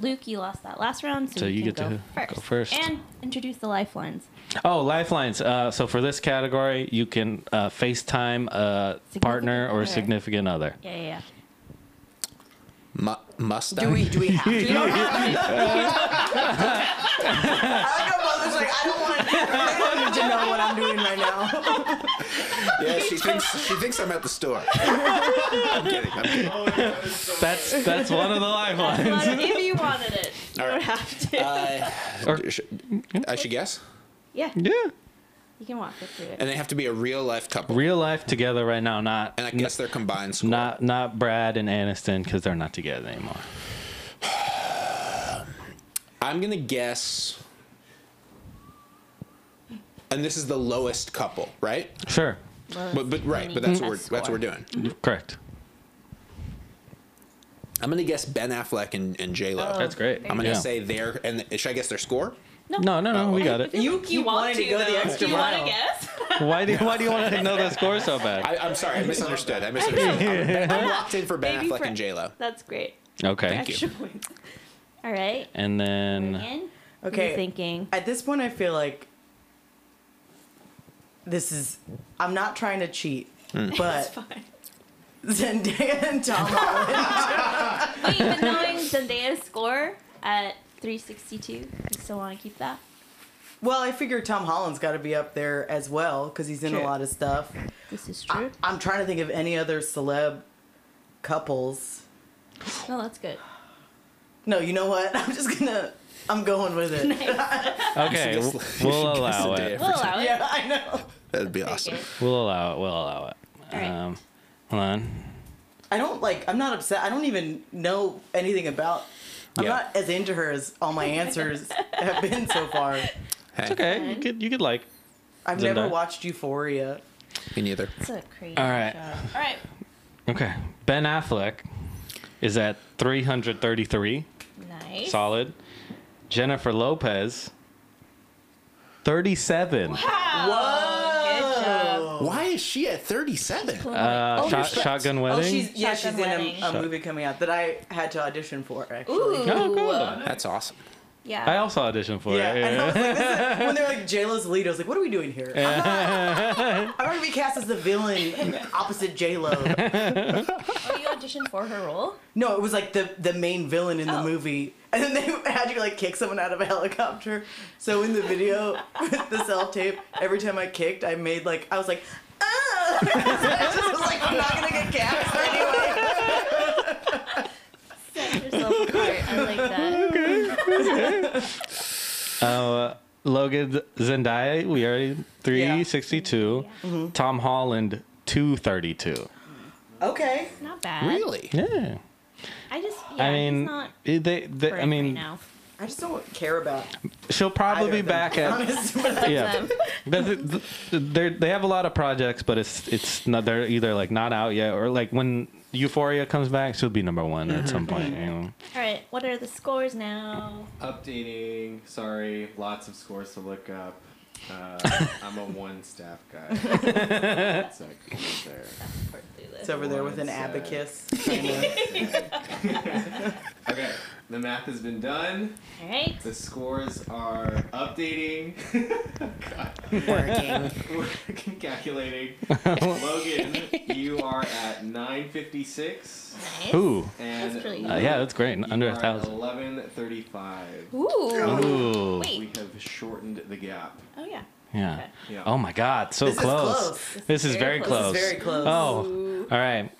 S2: Luke, you lost that last round, so,
S6: So
S2: you, can
S6: you get
S2: go,
S6: to
S2: first.
S6: go first.
S2: And introduce the lifelines.
S6: Oh, lifelines. Uh, so for this category, you can uh, FaceTime a partner or
S2: other.
S6: significant other.
S2: Yeah, yeah, yeah.
S3: Mu- mustache.
S4: Do we do we have to? You don't have to. I don't know. It's like I don't want. I don't need to know what I'm doing right now.
S3: Yeah, she thinks she thinks I'm at the store. I'm kidding. I'm kidding.
S5: Oh, yeah, that is so
S6: That's that's one of the lifelines.
S2: But if you wanted it, you
S3: All
S2: don't
S3: right.
S2: have to.
S3: Uh,
S6: Or-
S3: sh- I should guess,
S2: yeah,
S6: yeah.
S2: you can walk us through it.
S3: and they have to be a real life couple.
S6: Real life together right now, not
S3: and I guess they're combined. Score.
S6: not not Brad and Aniston because they're not together anymore.
S3: I'm gonna guess. And this is the lowest couple, right?
S6: Sure.
S2: Lowest
S3: But but right,
S2: winning
S3: but that's what
S6: Mm-hmm.
S3: we're
S2: best
S3: that's what we're
S2: score.
S3: doing.
S6: Correct.
S3: I'm gonna guess Ben Affleck and, and J Lo.
S6: Mm-hmm. Oh, That's great.
S3: I'm gonna
S6: Yeah.
S3: say their and should I guess their score?
S6: No, no, no. We got it.
S4: You keep wanting to go the extra
S2: Do you want
S4: mile.
S2: to guess?
S6: Why do Why do you want to know the score so bad?
S3: I, I'm sorry, I misunderstood. I misunderstood. I'm, I'm locked in for Ben
S2: Maybe
S3: Affleck
S2: for-
S3: and J Lo.
S2: That's great.
S6: Okay.
S3: Thank you.
S2: Extra points. All right.
S6: And uh, then
S2: Megan, What are you
S4: Okay.
S2: thinking?
S4: At this point, I feel like this is. I'm not trying to cheat, but
S2: Fine.
S4: Zendaya and Tom Holland.
S2: Wait, but knowing Zendaya's score at 362, you still want to keep that?
S4: well, I figure Tom Holland's got to be up there as well because he's in
S2: True.
S4: a lot of stuff.
S2: This is
S4: I,
S2: true.
S4: I'm trying to think of any other celeb couples.
S2: No, that's good.
S4: No, you know what? I'm just gonna. I'm going with it.
S6: okay,
S3: You
S6: we'll,
S3: should guess- you
S6: we'll
S3: should guess
S6: allow
S3: the day.
S6: it.
S2: We'll allow it.
S4: Yeah, I know.
S3: That'd be
S2: Take
S3: awesome.
S2: it.
S6: We'll allow it. We'll allow it.
S2: All right.
S6: Um, hold on.
S4: I don't like. I'm not upset. I don't even know anything about. I'm
S3: Yeah.
S4: not as into her as all my answers have been so far.
S3: Hey,
S6: It's okay. You could you could like.
S4: I've
S6: Zendaya.
S4: never watched Euphoria.
S3: Me neither.
S2: It's a crazy
S6: All right.
S2: job. All right.
S6: Okay. Ben Affleck is at 333,
S2: Nice.
S6: solid. Jennifer Lopez 37.
S2: Good job. Oh,
S3: Why is she at 37?
S6: Uh, shot, shotgun wedding.
S4: Oh, she's yeah,
S2: Shotgun
S4: she's in
S2: Wedding.
S4: a- a, movie coming out that I had to audition for. Actually.
S2: Ooh.
S6: Oh, good.
S3: That's awesome.
S2: Yeah.
S6: I also auditioned for
S4: Yeah,
S6: it.
S4: and
S6: yeah.
S4: I was like, this is, when they're like J-Lo's lead, I was like, what are we doing here? I'm, not, I'm gonna be cast as the villain opposite J-Lo.
S2: oh, you audition for her role?
S4: No, it was like the the main villain in the
S2: Oh.
S4: movie. And then they had you like kick someone out of a helicopter. So in the video, with the self tape, every time I kicked, I made like I was like, ah! I just was like, I'm not gonna get gassed anyway.
S2: Set yourself apart. I like that.
S6: Uh, Logan Z- Zendaya, we already 362.
S4: Mm-hmm.
S6: Tom Holland, 232.
S4: Okay.
S2: Not bad.
S3: Really?
S6: Yeah.
S2: I just. Yeah,
S6: I
S2: it's
S6: mean,
S2: not
S6: it- they, they,
S2: great
S6: I mean,
S2: right now.
S4: I just don't care about.
S6: she'll probably
S4: either
S6: be
S4: of them,
S6: back
S4: to be
S6: at.
S4: honest with you.
S6: Yeah, That's it. They're- they have a lot of projects, but it's it's not they're either like not out yet or like when Euphoria comes back, she'll be number one at
S2: Mm-hmm.
S6: some point. You know?
S2: All right. What are the scores now?
S5: Updating. Sorry, lots of scores to look up. Uh, I'm a one staff guy. so I can get there.
S2: Or do this?
S4: It's over there with an
S5: One sec.
S4: abacus. trying to-
S5: Okay, the math has been done.
S2: All right.
S5: The scores are updating. Working. Calculating. Logan, you are at 956.
S2: Nice.
S6: Ooh,
S5: And
S2: That's really
S5: Luke,
S6: Uh, yeah, that's great.
S5: you
S6: Under a
S5: are at
S6: thousand.
S5: 1135.
S2: Ooh.
S6: Ooh,
S2: Wait.
S5: We have shortened the gap.
S2: Oh yeah.
S6: yeah.
S5: Yeah.
S6: Oh my God, so
S4: This is
S6: close.
S4: close.
S6: This, is very close.
S4: This is very close.
S6: Oh, all right.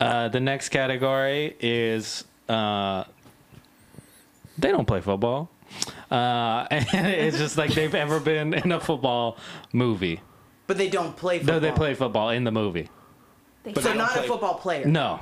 S6: Uh, the next category is uh, they don't play football, uh, and it's just like they've ever been in a football movie.
S4: But they don't play football.
S6: No, they play football in the movie.
S2: They
S4: So
S2: suck.
S4: not a football player.
S6: No,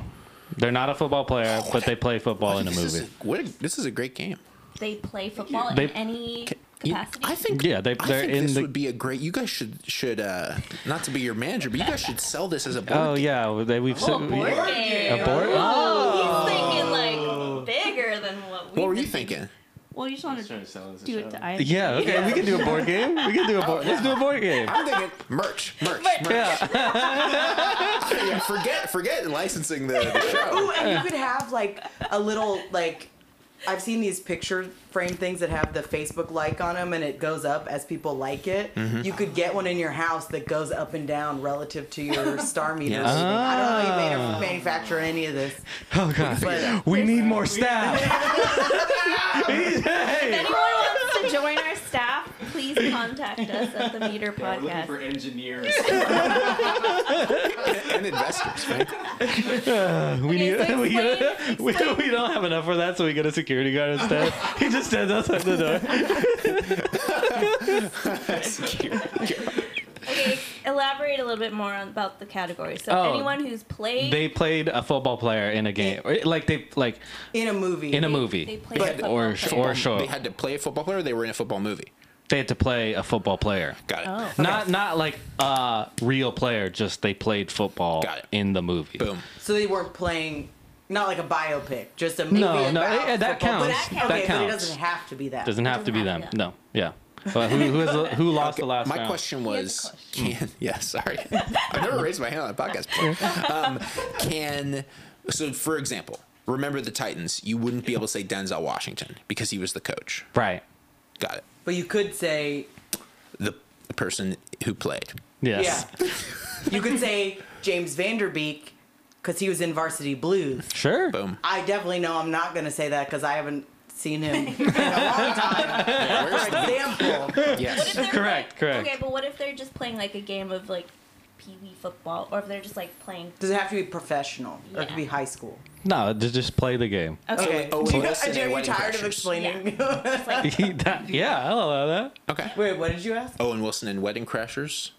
S6: they're not a football player, but they play football in a
S3: This is
S6: movie.
S3: what a- this is a great game.
S2: They play football
S6: They-
S2: in any
S3: You-
S2: capacity.
S3: I think
S6: Yeah, they-
S3: I
S6: they're
S3: think
S6: in
S3: this
S6: the-
S3: would be a great. You guys should should uh not to be your manager, but you guys should sell this as a board.
S6: Oh yeah, well, they, we've
S2: Oh,
S6: seen-
S2: board
S6: yeah.
S2: game.
S6: A board-
S2: Oh, he's thinking like bigger than what we.
S3: What were you
S2: did.
S3: thinking?
S2: Well, you just want
S5: Just trying
S2: to
S5: to sell this
S2: do
S5: show.
S2: it to I.
S6: Yeah, okay, we can do a board game. We can do a board. Let's do a board game.
S3: I'm thinking merch, merch, merch.
S6: Yeah,
S3: Yeah, forget forget licensing the, the show.
S4: Ooh, and you could have like a little like I've seen these picture frame things that have the Facebook like on them, and it goes up as people like it.
S6: Mm-hmm.
S4: You could get one in your house that goes up and down relative to your star meter.
S3: Yes.
S4: reading. I don't know how you manu- manufacture any of this.
S6: Ah. Oh god, we need more staff.
S2: If
S6: hey,
S2: anyone wants to join our staff, please contact us at the Meter
S5: Yeah, we're looking for
S2: Podcast.
S5: engineers.
S3: and investors, right?
S6: we need.
S2: Okay, so
S6: we,
S2: explain-
S6: we, we don't have enough for that, so we get a security guard instead. he just stands outside the door.
S2: Okay, elaborate a little bit more on, about the category. So
S6: Oh.
S2: anyone who's played,
S6: They played a football player in a game, Or, like they like
S4: In a movie.
S6: in a movie,
S2: they played
S3: But-
S2: a football
S6: or
S2: player.
S6: or show.
S3: They had to play a football player. Or they were in a football movie.
S6: They had to play a football player.
S3: Got it.
S2: Oh.
S6: Not not like a real player, just they played football
S3: Got it.
S6: in the movie.
S3: Boom.
S4: so they weren't playing, not like a biopic, just a movie.
S6: No, no,
S4: about
S6: eh, eh, that
S4: football.
S6: counts.
S2: But that
S4: okay, but it
S6: counts.
S4: doesn't have to be that.
S6: Doesn't have to be them.
S2: Doesn't have to.
S6: No, yeah. But who who, has, who lost the last?
S3: My
S6: round?
S3: question was: Can yeah, sorry, I've never raised my hand on a podcast before. Um, can so, for example, remember the Titans? You wouldn't be able to say Denzel Washington because he was the coach.
S6: Right.
S3: Got it.
S4: But you could say
S3: The the person who played.
S6: Yes.
S4: Yeah. you could say James Vanderbeek because he was in Varsity Blues.
S6: Sure.
S3: Boom.
S4: I definitely know I'm not going to say that because I haven't seen him in a long time.
S3: Where's
S4: For example,
S2: What if
S3: yes.
S2: they're
S6: Correct,
S2: playing-
S6: correct.
S2: Okay, but what if they're just playing like a game of like pee wee football, or if they're just like playing?
S4: does it have to be professional or it could be
S2: Yeah.
S4: high school?
S6: No, ju- just play the game.
S2: Okay.
S3: Oh,
S4: Do you,
S3: listen,
S4: are you
S3: wedding
S4: tired of
S3: crashers.
S4: explaining?
S2: Just like,
S6: That- yeah, I'll allow that.
S3: Okay.
S4: Wait, what did you ask?
S3: Owen Wilson and Wedding Crashers.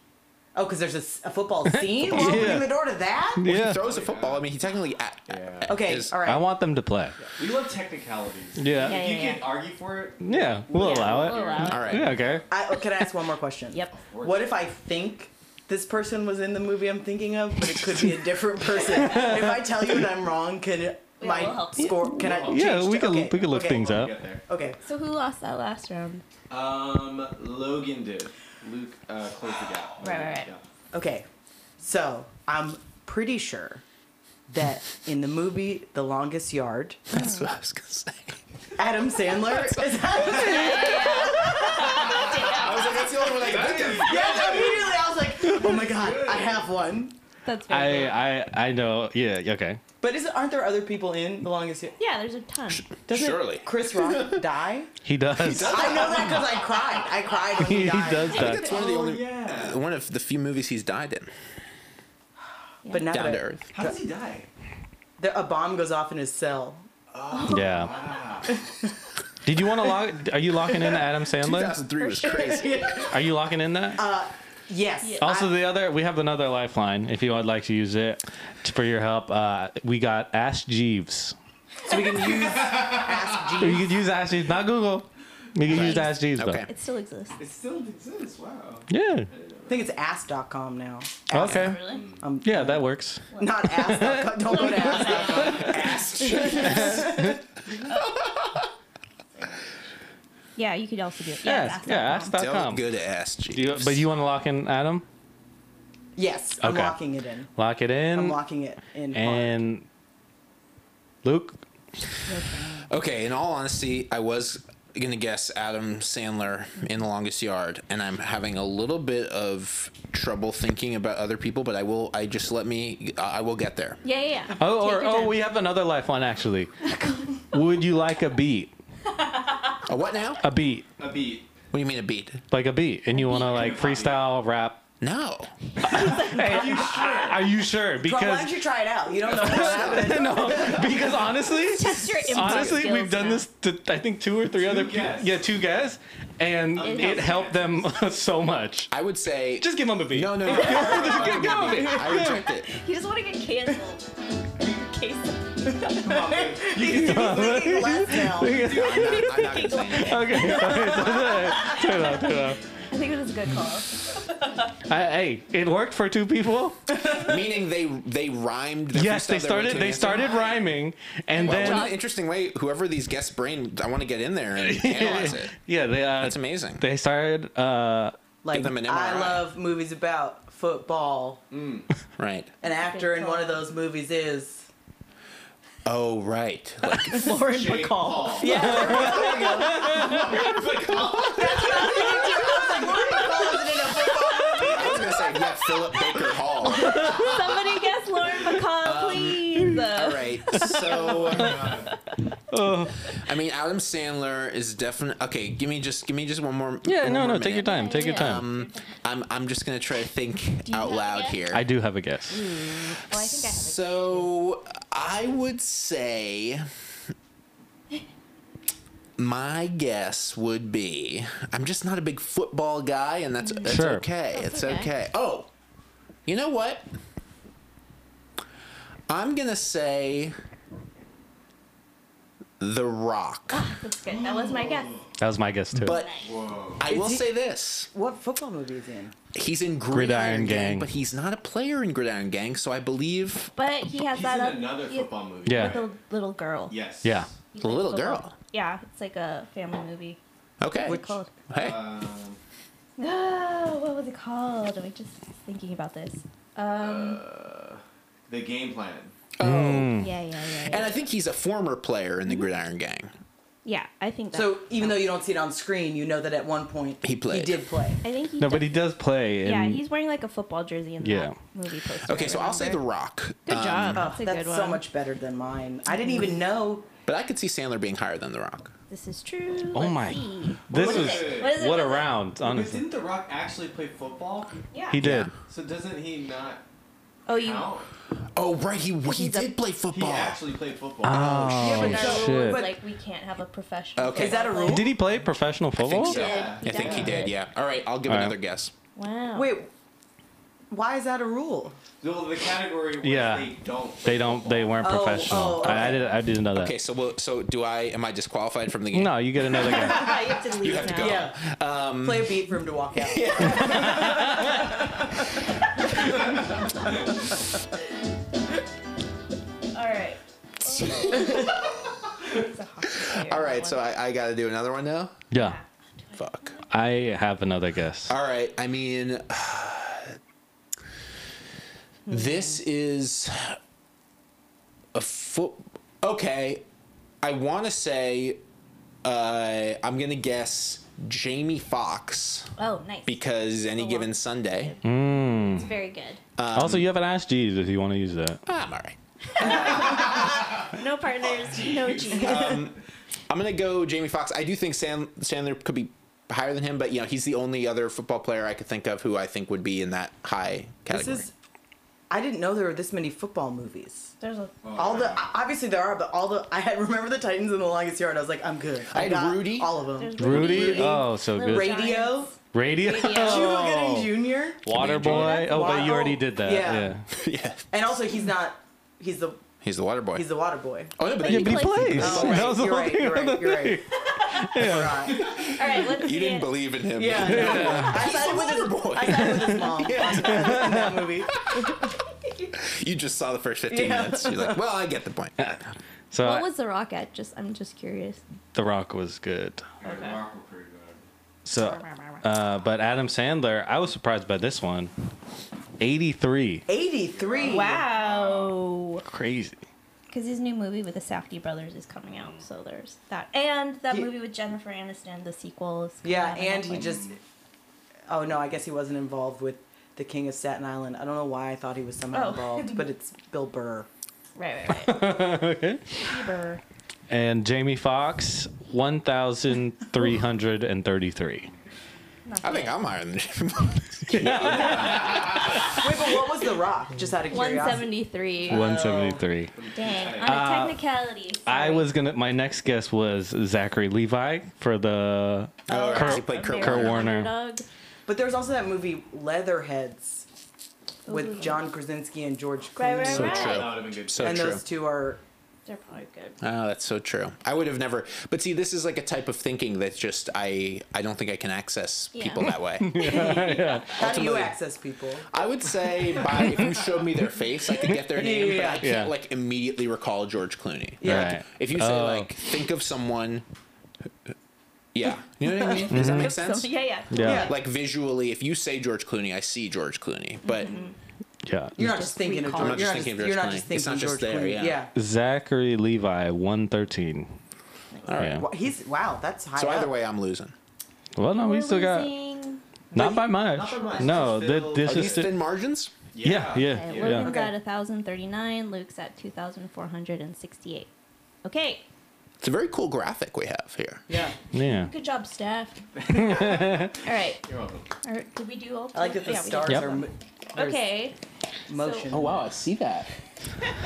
S4: Oh, because there's a s- a, football scene? We're
S6: Yeah.
S4: opening the door to that?
S3: He
S6: Yeah.
S3: throws a football. I mean, he technically. At,
S5: Yeah.
S4: Okay,
S3: Is-
S4: all right.
S6: I want them to play.
S5: we love technicalities.
S6: Yeah.
S2: Yeah,
S6: Yeah,
S5: If you
S2: yeah,
S5: can argue for it,
S6: we'll
S2: Yeah,
S6: allow
S2: we'll
S6: it.
S2: allow it.
S3: All right.
S6: Yeah, okay.
S4: I, oh, can I ask one more question?
S2: Yep.
S4: What if I think this person was in the movie I'm thinking of, but it could be a different person? if I tell you and I'm wrong, can
S2: Yeah,
S4: my
S2: we'll help you.
S4: score? Can I?
S5: We'll help
S4: change
S5: you.
S6: Yeah,
S4: to-
S6: we could
S4: okay,
S6: we could look
S4: okay,
S6: things
S5: we'll
S6: up.
S5: get there.
S4: Okay.
S2: So who lost that last round?
S5: Um, Logan did. Luke uh, closed the gap.
S2: Right, right, right.
S5: Yeah.
S4: Okay. So I'm pretty sure that in the movie The Longest Yard,
S3: That's what I was gonna say.
S4: Adam Sandler is
S3: I was like, that's the only one I can think of.
S4: Yeah, immediately I was like, oh my god, I have one.
S2: That's very
S6: I, uh,
S2: cool.
S6: I I know. Yeah. Okay.
S4: But is aren't there other people in the longest yard?
S2: Yeah, there's a ton.
S4: Doesn't
S3: Surely.
S4: Chris Rock die?
S6: He does.
S4: I know that because I cried. I cried when he,
S6: he
S4: died.
S6: does that.
S3: That's one of the
S5: Oh,
S3: only,
S5: yeah.
S3: one of the few movies he's died in.
S4: But now
S3: Down
S4: that
S3: to Earth.
S5: How does he die?
S4: the- a bomb goes off in his cell.
S6: Yeah. Did you want to lock? Are you locking in Adam Sandler?
S3: 2003 was crazy.
S6: Are you locking in that?
S4: Yes.
S2: Yeah.
S6: Also,
S4: I-
S6: the other we have another lifeline if you would like to use it t- for your help. Uh, we got Ask Jeeves.
S4: so we can use Ask
S6: You
S4: Jeeves.
S6: could use Ask Jeeves, not Google. You can use Ask Jeeves though.
S3: Okay.
S2: It still exists.
S5: It still exists. Wow.
S6: Yeah.
S4: I think it's ask.com now.
S6: Okay.
S2: Really?
S4: Um,
S6: Yeah, that works.
S4: Not ask.com. Don't go to ask.com.
S2: Yeah, you could also do it. Yeah,
S6: Yeah.
S2: that's
S6: Yeah.
S2: not wrong.
S6: Ask.com.
S3: Don't
S6: Do
S3: go to ass
S6: you, but you want to lock in Adam?
S4: Yes, I'm
S6: Okay.
S4: locking it in.
S6: Lock it
S4: I'm
S6: in.
S4: locking it in. hard.
S6: and Luke.
S3: Okay, in all honesty, I was gonna guess Adam Sandler in The Longest Yard, and I'm having a little bit of trouble thinking about other people, but I will. I just let me. I I will get there.
S2: Yeah, yeah, yeah.
S6: Oh, or
S2: Take your
S6: oh,
S2: time.
S6: we have another lifeline actually. Would you like a beat?
S3: A what now?
S6: A beat,
S5: A beat.
S3: What do you mean a beat?
S6: like a beat, and you want to like
S5: Can you
S6: freestyle rap?
S3: No.
S6: Are you sure? Are you sure?
S4: Bro, why
S6: Because
S4: don't you try it out? You don't know what happened.
S6: no, because honestly,
S2: Test your improv
S6: honestly,
S2: skills
S6: we've done
S2: now.
S6: this to I think two or three other people.
S5: guests.
S6: Yeah, two guys, and it,
S2: helps.
S6: helped them so much.
S3: I would say.
S6: Just give them a beat.
S3: no, no, no.
S6: Give them a beat.
S3: I reject it.
S2: He doesn't want to get canceled. Case
S4: Thinking less now.
S3: I'm not, I'm not gonna say anything.
S6: Okay, turn it off, turn it off.
S2: I think it was a good call.
S6: I- hey, it worked for two people.
S3: Meaning they they rhymed. their
S6: Yes, they
S3: freestyle their way to
S6: started.
S3: an
S6: They
S3: answer.
S6: started rhyming, and
S3: Wow,
S6: then
S3: what an interesting way. Whoever these guests' brain, I want to get in there and analyze it.
S6: yeah, they uh,
S3: That's amazing.
S6: they started. Uh,
S4: Like,
S3: them an
S4: I
S3: MRI.
S4: love movies about football.
S3: Right.
S4: An actor in one of those movies is
S3: Oh, right. Like,
S4: Lauren
S5: Jake
S4: Bacall.
S5: Paul.
S4: Yeah, there you go.
S3: I was gonna say, yeah, Philip Baker Hall.
S2: Somebody guess Lauren
S6: Um,
S2: McCall, please. Oh,
S3: All right. So, I mean, Adam Sandler is definitely okay. Give me just, give me just one more.
S6: yeah,
S3: one
S6: no,
S3: more
S6: no, take your
S3: minute.
S6: time. Take your time.
S3: Um, I'm, I'm just gonna try to think
S2: you
S3: out
S2: have
S3: loud
S2: it?
S3: here.
S6: I do have a guess.
S2: Well, I think I have it.
S3: So I would say my guess would be I'm just not a big football guy, and that's that's
S6: Sure.
S3: okay.
S2: That's
S3: it's
S2: okay.
S3: okay. Oh, you know what? I'm gonna say The Rock,
S2: That's good. That was my guess.
S6: That was my guess too.
S3: but
S5: Whoa.
S3: I will
S4: he-
S3: say this:
S4: What football movie is he in?
S3: he's in
S6: Gridiron
S3: Gridiron, Gang,
S6: Gang.
S3: but he's not a player in Gridiron Gang, so I believe
S2: But he has
S5: He's
S2: that
S5: in
S2: up
S5: another
S2: he-
S5: football movie.
S6: Yeah.
S2: with a little girl.
S5: Yes.
S6: yeah,
S2: He
S3: The
S2: plays
S3: Little
S2: football.
S3: Girl.
S2: Yeah, it's like a family movie.
S3: okay.
S2: What's it called?
S3: Hey,
S5: Um,
S2: No, what was it called? I'm just thinking about this. Um,
S5: the game plan.
S2: Oh,
S6: Mm.
S2: yeah, yeah, yeah,
S3: and
S2: yeah.
S3: I think he's a former player in the Gridiron Gang.
S2: Yeah, I think that.
S4: So even though you don't see it on screen, you know that at one point
S3: He played.
S4: He did play.
S2: I think he.
S6: no,
S2: does-
S6: but he does play.
S2: Yeah,
S6: and-
S2: he's wearing like a football jersey in
S6: Yeah.
S2: that movie poster.
S3: Okay,
S2: I
S3: so I'll say The
S2: remember.
S3: Rock.
S2: Good
S3: Um,
S2: job.
S4: Oh,
S2: that's a
S4: that's
S2: good one.
S4: so much better than mine. I didn't even know.
S3: But I could see Sandler being higher than The Rock.
S2: This is true.
S6: Oh
S2: Let's
S6: my-
S2: see.
S6: this
S5: What
S6: is,
S5: is it?
S2: What is it?
S6: what a
S2: What is it?
S6: round,
S5: But
S6: honestly.
S5: didn't The Rock actually play football?
S2: Yeah.
S6: He did.
S5: So doesn't he not
S2: Oh, you.
S5: count?
S3: Oh, right, he he
S2: He's a-
S3: did play
S5: He
S3: football.
S5: actually played
S6: Oh,
S5: football.
S2: But
S4: Yeah,
S2: our
S4: so-
S2: rule is
S6: shit!
S4: but-
S2: like we can't have a professional.
S3: Okay. Is
S4: that a
S2: football
S4: rule?
S2: player.
S6: Did he play professional football?
S3: so.
S2: Yeah,
S3: I think he did. Yeah. All right, I'll give
S6: All right.
S3: another guess.
S2: Wow.
S4: Wait, why is that a rule?
S5: Well, the category was
S6: Yeah.
S5: they don't. play
S6: They don't.
S5: football.
S6: They weren't
S4: Oh,
S6: professional.
S4: oh,
S6: I, I
S4: okay.
S6: didn't. I didn't know that.
S3: Okay, so we'll, so do I? Am I disqualified from the game?
S6: No, you get another guess.
S2: you have to leave
S3: have to
S2: now.
S3: go.
S2: Yeah.
S3: Um,
S4: Yeah. play a beat for him to walk out.
S2: All right.
S3: All right, so I, I got to do another one now.
S6: Yeah,
S3: Fuck.
S6: I have another guess.
S3: All right. I mean, this is a foot. Okay, I want to say uh, I'm gonna guess Jamie Foxx
S2: Oh, nice.
S3: because any
S2: Oh, wow.
S3: given Sunday.
S2: It's very good.
S6: also, you haven't asked Jeeves if you want to use that.
S3: Ah, I'm all right.
S2: No partners, no G.
S3: I'm gonna go Jamie Foxx. I do think Sand- Sandler could be higher than him, but you know he's the only other football player I could think of who I think would be in that high
S4: This
S3: category.
S4: is. I didn't know there were this many football movies.
S2: There's a
S4: all the obviously there are, but all the I had remember the Titans and the Longest Yard. I was like, I'm good.
S3: I had
S4: got
S3: Rudy.
S4: All of them.
S2: there's
S6: Rudy? Oh, so
S2: Little
S6: good.
S2: Giants.
S4: Radio.
S6: Radio.
S2: Radio.
S4: Cuba
S3: Oh.
S4: Gooding Jr.
S6: Waterboy. Oh, but you already did that.
S4: Yeah.
S6: Yeah.
S3: yeah,
S4: And also, he's not. He's the
S3: he's the water boy.
S4: he's the water boy.
S3: oh no, but,
S2: Yeah,
S3: then
S2: but
S3: you,
S2: he plays.
S4: Oh, right. you're, right, you're right. You're right. You're right.
S2: All right, let's see
S3: you didn't
S2: it.
S3: believe in him.
S4: Yeah. no. I sided with his
S3: Waterboy.
S4: I sided with his mom in that movie.
S3: you just saw the first 15
S4: Yeah.
S3: minutes. You're like, well, I get the point.
S6: So
S2: What
S6: I-
S2: was The Rock at? Just I'm just curious.
S6: The Rock was good.
S5: Alright, The Rock were pretty good.
S6: So, uh, but Adam Sandler, I was surprised by this one. 83.
S4: 83.
S2: Wow.
S6: Crazy.
S2: Because his new movie with the Safdie brothers is coming out, so there's that. And that
S4: He-
S2: movie with Jennifer Aniston, the sequel. Is coming
S4: Yeah,
S2: out on
S4: and he
S2: Netflix.
S4: just. Oh no, I guess he wasn't involved with the King of Staten Island. I don't know why I thought he was somehow
S2: Oh.
S4: involved, but it's Bill Burr.
S2: right, right, right.
S6: okay.
S2: Bieber.
S6: And Jamie Foxx, 1,333.
S2: Not
S3: I think
S2: bad.
S3: I'm higher than Jim.
S4: Wait, but what was The Rock? Just out of curiosity.
S2: 173.
S6: Oh. 173.
S2: Dang, on a technicality.
S6: I
S2: sorry.
S6: was going to, my next guess was Zachary Levi for the.
S3: Oh,
S6: Kurt-
S3: he played Kurt
S2: Okay,
S6: Kurt
S2: I'm an
S3: Warner.
S6: Warner.
S2: underdog.
S4: But there was also that movie Leatherheads
S2: Ooh.
S4: with John Krasinski and George
S2: Mm-hmm. Right,
S4: Clooney.
S2: right,
S3: So
S2: right.
S3: true.
S5: That would have been good.
S3: So
S4: and
S3: true.
S4: those two are
S2: They're probably good.
S3: Oh, that's so true. I would have never, but see, this is like a type of thinking that just I I don't think I can access
S2: Yeah.
S3: people that way.
S4: how do you
S3: Ultimately-
S4: access people?
S3: I would say by if you showed me their face, I could get their name, but I
S4: Yeah.
S3: can't
S6: Yeah.
S3: like immediately recall George Clooney.
S4: Yeah.
S6: Right.
S3: If you say
S6: Oh.
S3: like think of someone, yeah, you know what I mean. Does
S2: Mm-hmm.
S3: that make sense?
S2: So, yeah, yeah.
S6: Yeah.
S3: Like visually, if you say George Clooney, I see George Clooney, but
S6: Yeah.
S4: You're not just thinking of
S2: recall. I'm
S4: George.
S3: not
S4: you're
S3: just thinking of
S4: you're
S3: George
S4: not just
S3: Clooney. It's not
S4: thinking
S3: just
S4: George
S3: there,
S4: Clooney.
S3: yeah.
S4: yeah.
S6: Zachary Levi, 113.
S3: all right.
S6: Yeah.
S4: Wa- He's wow, that's high.
S3: So either
S4: up.
S3: way, I'm losing.
S6: Well, no, we
S2: We're
S6: Oh, still got.
S2: losing.
S6: Not by much.
S5: Not by much.
S6: No,
S5: Just
S6: th-
S5: filled-
S3: Are
S6: this
S3: these
S6: is.
S3: thin margins?
S6: yeah, yeah,
S2: Okay,
S6: yeah.
S2: Logan's
S4: Okay.
S2: at 1,039. Luke's at 2,468. Okay.
S3: It's a very cool graphic we have here.
S4: Yeah.
S6: Yeah.
S2: Good job, staff. all right.
S5: You're welcome.
S2: All right, Did we do all?
S4: I like that the
S2: yeah, we did.
S4: stars
S6: Yep.
S4: are mo- there's
S2: Okay.
S4: motion.
S6: Oh,
S2: So-
S3: Oh, wow, I see that.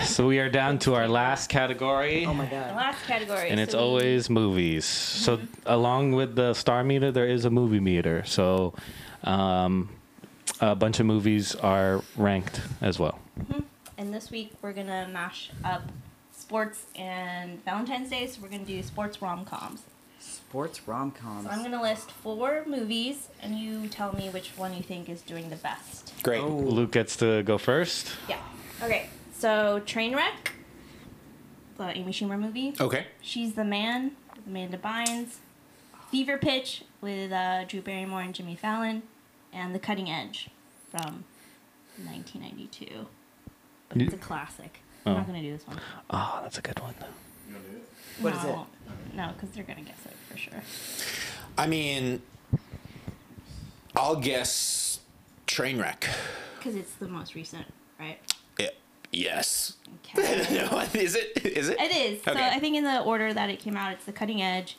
S6: So we are down to our last category.
S4: Oh my
S2: The
S4: god.
S2: last category.
S6: and it's
S2: so we-
S6: always movies. So along with the star meter, there is a movie meter. So um, a bunch of movies are ranked as well.
S2: And this week we're gonna mash up sports and Valentine's Day, so we're gonna do sports rom coms.
S4: Sports rom coms.
S2: So I'm gonna list four movies, and you tell me which one you think is doing the best.
S3: Great.
S4: Oh.
S6: Luke gets to go first.
S2: Yeah. Okay. So Trainwreck, the Amy Schumer movie.
S3: Okay.
S2: She's the Man with Amanda Bynes. Fever Pitch with uh, Drew Barrymore and Jimmy Fallon, and The Cutting Edge from 1992. But it's a classic. I'm
S6: Oh.
S2: not gonna do this one.
S6: Ah,
S1: Oh, that's a good one.
S5: You want to do it?
S4: What is it?
S2: No. No, because they're gonna guess it for sure.
S3: I mean, I'll guess train wreck.
S2: Because it's the most recent, right?
S3: Yeah. Yes.
S2: Okay.
S3: no, is it? Is it?
S2: it is. So
S3: Okay.
S2: I think in the order that it came out, it's The Cutting Edge,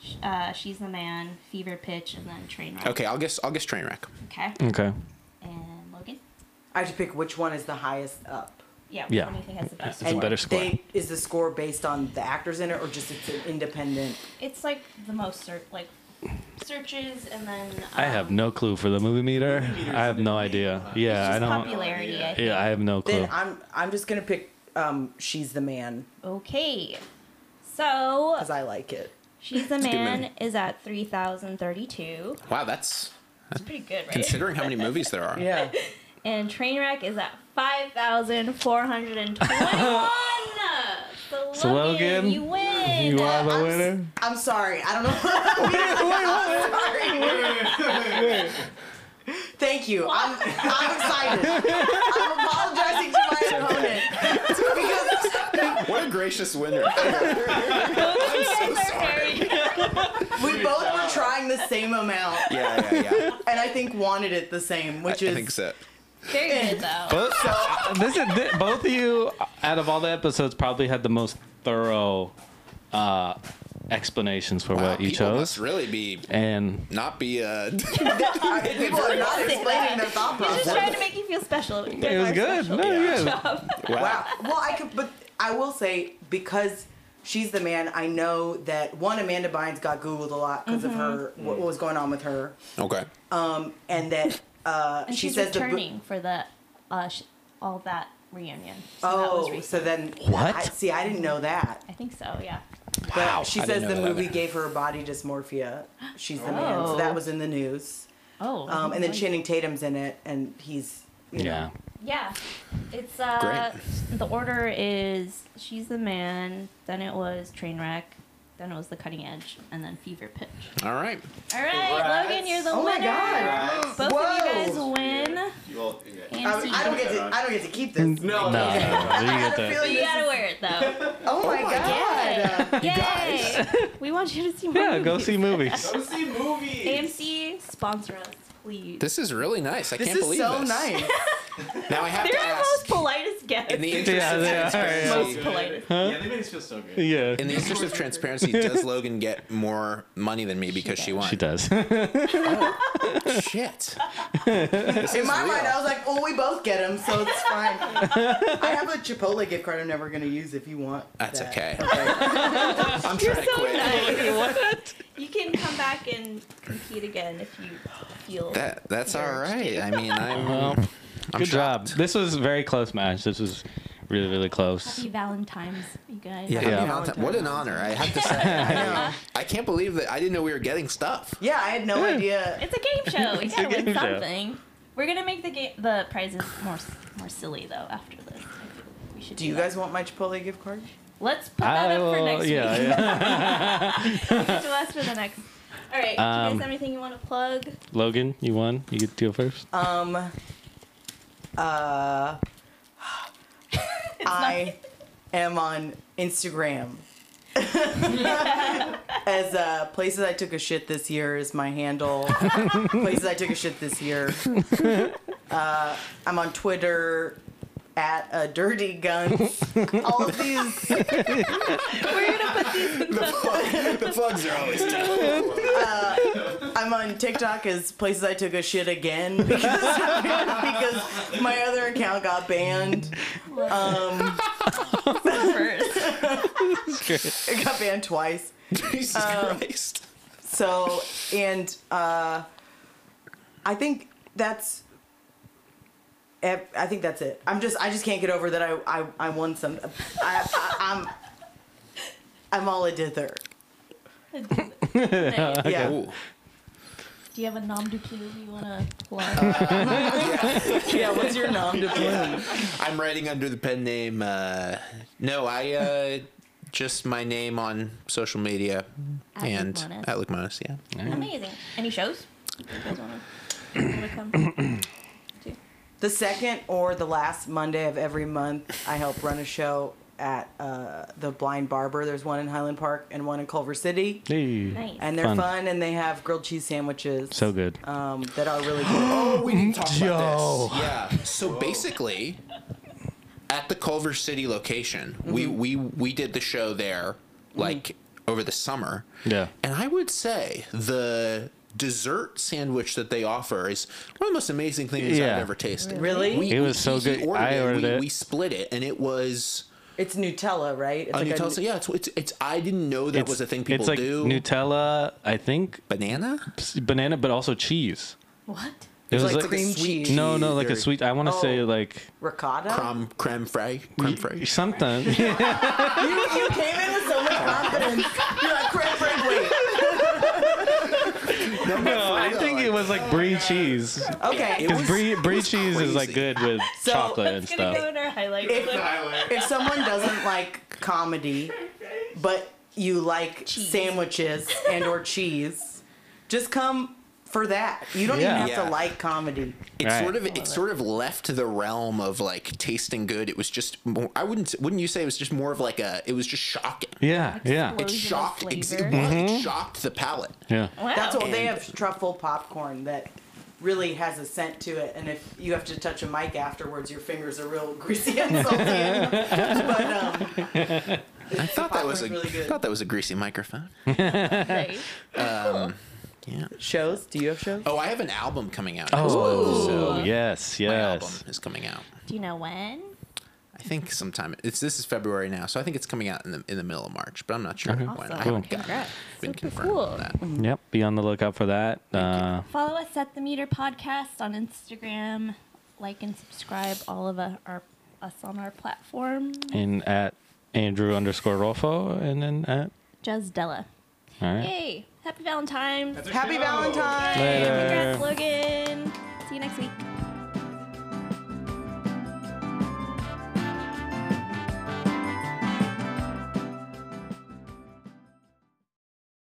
S2: Sh- uh, She's the Man, Fever Pitch, and then Trainwreck.
S3: Okay, I'll guess. I'll guess train wreck.
S2: Okay.
S6: Okay.
S2: And Logan.
S4: I have to pick which one is the highest up.
S2: Yeah.
S6: Yeah.
S2: What do you think has the best?
S6: It's a
S2: score?
S6: better score.
S4: They, is the score based on the actors in it, or just it's an independent?
S2: It's like the most ser- like searches, and then um,
S6: I have no clue for the movie meter. I have no idea. Yeah, I
S2: It's just
S6: don't.
S2: popularity. I think.
S6: Yeah, I have no clue.
S4: Then I'm I'm just gonna pick. Um, she's the man
S2: Okay. So
S4: because I like it.
S2: she's the
S3: a good
S2: man
S3: movie.
S2: is at three thousand thirty-two.
S3: Wow, that's
S2: It's pretty good, right?
S3: considering how many movies there are.
S4: Yeah.
S2: And Trainwreck is at 5,421. so,
S6: So Logan,
S2: you win.
S6: you are the
S4: I'm, s-
S6: winner.
S4: I'm sorry. I don't know. Thank you. I'm, I'm excited. I'm apologizing to my opponent because
S3: What a gracious winner!
S2: You guys are very-
S4: we both were trying the same amount,
S3: yeah, yeah, yeah.
S4: and I think wanted it the same, which
S3: I
S4: is
S3: think so.
S2: Very good though.
S6: Both, this is thi- both of you, out of all the episodes, probably had the most thorough uh, explanations for what you
S3: people
S6: chose.
S3: must really be
S6: And
S3: not be uh
S4: People are not
S2: Say
S4: explaining
S2: that.
S4: their thought
S2: He's just
S4: process.
S2: trying to make you feel special. You guys
S6: it was
S2: are
S6: good.
S2: special.
S6: No, yeah.
S4: Wow. Well, I could, but I will say because she's the man. I know that one Amanda Bynes got Googled a lot because of her what, what was going on with her,
S3: okay
S4: um, and that uh,
S2: And
S4: she
S2: she's
S4: says the. bu-
S2: returning for the uh, sh- all that reunion. So that was
S4: Oh,
S2: recent.
S4: so then
S1: What?
S4: I, see, I didn't know that.
S2: I think so. Yeah.
S4: But
S3: Wow,
S4: she
S3: I
S4: says
S3: didn't know
S4: the
S3: that
S4: movie
S3: either.
S4: gave her body dysmorphia. She's the man. So
S2: Oh.
S4: that was in the news.
S2: Oh.
S4: Um, and then Channing Tatum's in it, and he's you know,
S6: yeah.
S2: Yeah. It's uh the order is she's the man, then it was Trainwreck, then it was the cutting edge, and then Fever Pitch.
S3: all right
S2: All right,
S5: Congrats.
S2: Logan, you're the
S4: Oh my
S2: winner.
S4: God.
S2: Both
S4: Whoa.
S2: of you guys win.
S5: You all, yeah.
S2: And
S4: I, I don't get to. I don't get to keep
S3: Mm,
S4: this.
S6: No,
S5: No, no.
S6: no, no, Uh, you get
S4: I
S6: that.
S4: feel
S2: You
S4: this
S2: gotta
S4: is-
S2: wear it though.
S4: Oh, my god!
S2: Yay! Yay! We want you to see more.
S6: Yeah, go
S2: movies.
S6: see movies.
S5: Go see movies.
S2: AMC sponsor us, please.
S3: this is really nice i
S4: This
S3: can't
S4: is
S3: believe
S4: so
S3: this
S4: nice.
S3: now i have
S2: They're
S3: to
S2: the most
S3: ask
S2: politest guests.
S3: in the interest
S6: Yeah,
S3: of
S6: they are,
S3: transparency
S2: Most politest.
S5: Yeah, they made us feel so good.
S6: Yeah,
S3: in the interest of transparency does logan get more money than me because she, won
S6: she does.
S3: shit
S4: In my mind, I was like, "Well, we both get them, so it's fine." I have a Chipotle gift card I'm never gonna use. If you want,
S3: that's
S4: that.
S3: okay
S4: I'm
S2: You're
S4: trying.
S2: so nice. You can come back and compete again if you feel.
S3: that that's all
S2: You're
S3: right i mean i'm
S6: Well,
S3: I'm
S6: good job.
S3: shocked.
S6: This was a very close match. This was really, really close.
S2: Happy Valentine's, you guys.
S3: Yeah,
S6: Yeah.
S3: happy Valentine- What an honor, I have to say. I, I can't believe that I didn't know we were getting stuff.
S4: Yeah, I had no idea.
S2: It's a game show. We
S6: It's
S2: gotta
S6: a game
S2: win
S6: show.
S2: something. We're gonna make the game, the prizes more s- more silly though. After this, I think we should.
S4: Do you
S2: that.
S4: guys want my Chipotle gift card?
S2: Let's put that up for next
S6: yeah,
S2: week.
S6: yeah.
S2: to us for the next. All right. do you guys have anything you want to plug?
S6: Logan, you won. You get to go first.
S4: Um. Uh. I am on Instagram. As uh, places I took a shit this year is my handle. places I took a shit this year. Uh, I'm on Twitter at a dirty guns. All of these
S3: The plugs are always tough.
S4: I'm on TikTok as places I took a shit again because, because my other account got banned.
S2: First.
S4: It got banned twice.
S3: Jesus Christ.
S4: So and uh, I think that's. ev- I think that's it. I'm just I just can't get over that I I, I won some. I, I, I'm I'm all a dither.
S2: Nice.
S4: Yeah.
S3: Ooh.
S2: Do you have a nom de plume you want to plug?
S4: Yeah. What's your nom de plume?
S3: I'm writing under the pen name. Uh, no, I uh, just my name on social media
S2: At
S3: and
S2: Lukemonas.
S3: at Lukemonas, yeah.
S2: Amazing. Any shows? You guys want to come?
S4: The second or the last Monday of every month, I help run a show at uh, the Blind Barber. There's one in Highland Park and one in Culver City,
S6: Hey.
S2: Nice.
S4: and they're fun,
S6: Fun.
S4: and they have grilled cheese sandwiches.
S6: So good.
S4: Um, that are really good.
S3: Oh, we didn't talk
S6: Yo.
S3: about this. Yeah. So basically, at the Culver City location, we we we did the show there, like over the summer.
S6: Yeah.
S3: And I would say the dessert sandwich that they offer is one of the most amazing things
S6: Yeah.
S3: I've ever tasted.
S4: Really?
S3: We-
S6: It was so
S3: we- he
S6: good.
S3: ordered
S6: I
S3: it,
S6: ordered
S3: we,
S6: it.
S3: We split it, and it was.
S4: It's Nutella, right? It's
S3: Uh, Nutella, yeah, it's, it's it's. I didn't know that was a thing people
S6: it's like
S3: do.
S6: Nutella, I think,
S3: Banana.
S6: s- banana, but also cheese.
S2: What?
S6: It
S4: like cream
S3: sweet
S4: cheese.
S6: no, no, like a
S3: or
S6: sweet. I want to say
S4: Oh.
S6: like
S4: ricotta.
S3: crumb creme fraiche. Creme fraiche.
S6: something.
S4: You came in with so much confidence. You're like, crap, crap, wait.
S6: no, I think it was like brie cheese.
S4: Okay.
S3: It was-
S6: Because brie,
S3: it
S6: brie
S3: was
S6: cheese is like
S3: crazy.
S6: good with
S4: So,
S6: chocolate and
S2: That's gonna go
S6: stuff.
S2: in our highlight.
S4: If-
S2: clip.
S4: If someone doesn't like comedy, but you like
S2: Cheese.
S4: sandwiches and or cheese, just come for that. You don't
S6: Yeah.
S4: even have
S3: Yeah.
S4: to like comedy.
S3: It
S6: Right.
S3: sort of it sort of left the realm of like tasting good. It was just more, I wouldn't wouldn't you say it was just more of like a it was just shocking.
S6: Yeah, Mm-hmm. yeah,
S3: It
S2: Explosion of
S3: shocked ex- it,
S2: flavor.
S3: was, it shocked the palate.
S6: yeah.
S2: Wow.
S4: That's what they
S3: And-
S4: have truffle popcorn that really has a scent to it. And if you have to touch a mic afterwards, your fingers are real greasy and salty. and- but um,
S3: I thought that was a
S4: popcorn's really good.
S3: thought that was a greasy microphone.
S2: Nice.
S3: Yeah.
S4: shows? Do you have shows?
S3: Oh, I have an album coming out. next month,
S6: Oh,
S3: so
S6: yes,
S3: my album
S6: yes.
S3: is coming out.
S2: Do you know when?
S3: I think sometime it's this is February now, so I think it's coming out in the in the middle of March, but I'm not sure when. I
S2: Cool.
S3: haven't gotten-
S2: Congrats.
S3: been
S2: Super
S3: confirmed
S2: cool.
S3: on that.
S6: Yep. Be on the lookout for that. Uh,
S2: Follow us at the Meter Podcast on Instagram. Like and subscribe all of uh, our us on our platform.
S6: and uh, at Andrew underscore Rolfo, and then at
S2: Jazdella.
S6: all right.
S2: Yay! Happy Valentine's.
S4: Happy Valentine's.
S2: Yay,
S6: Later.
S2: Congrats, Logan. See you next week.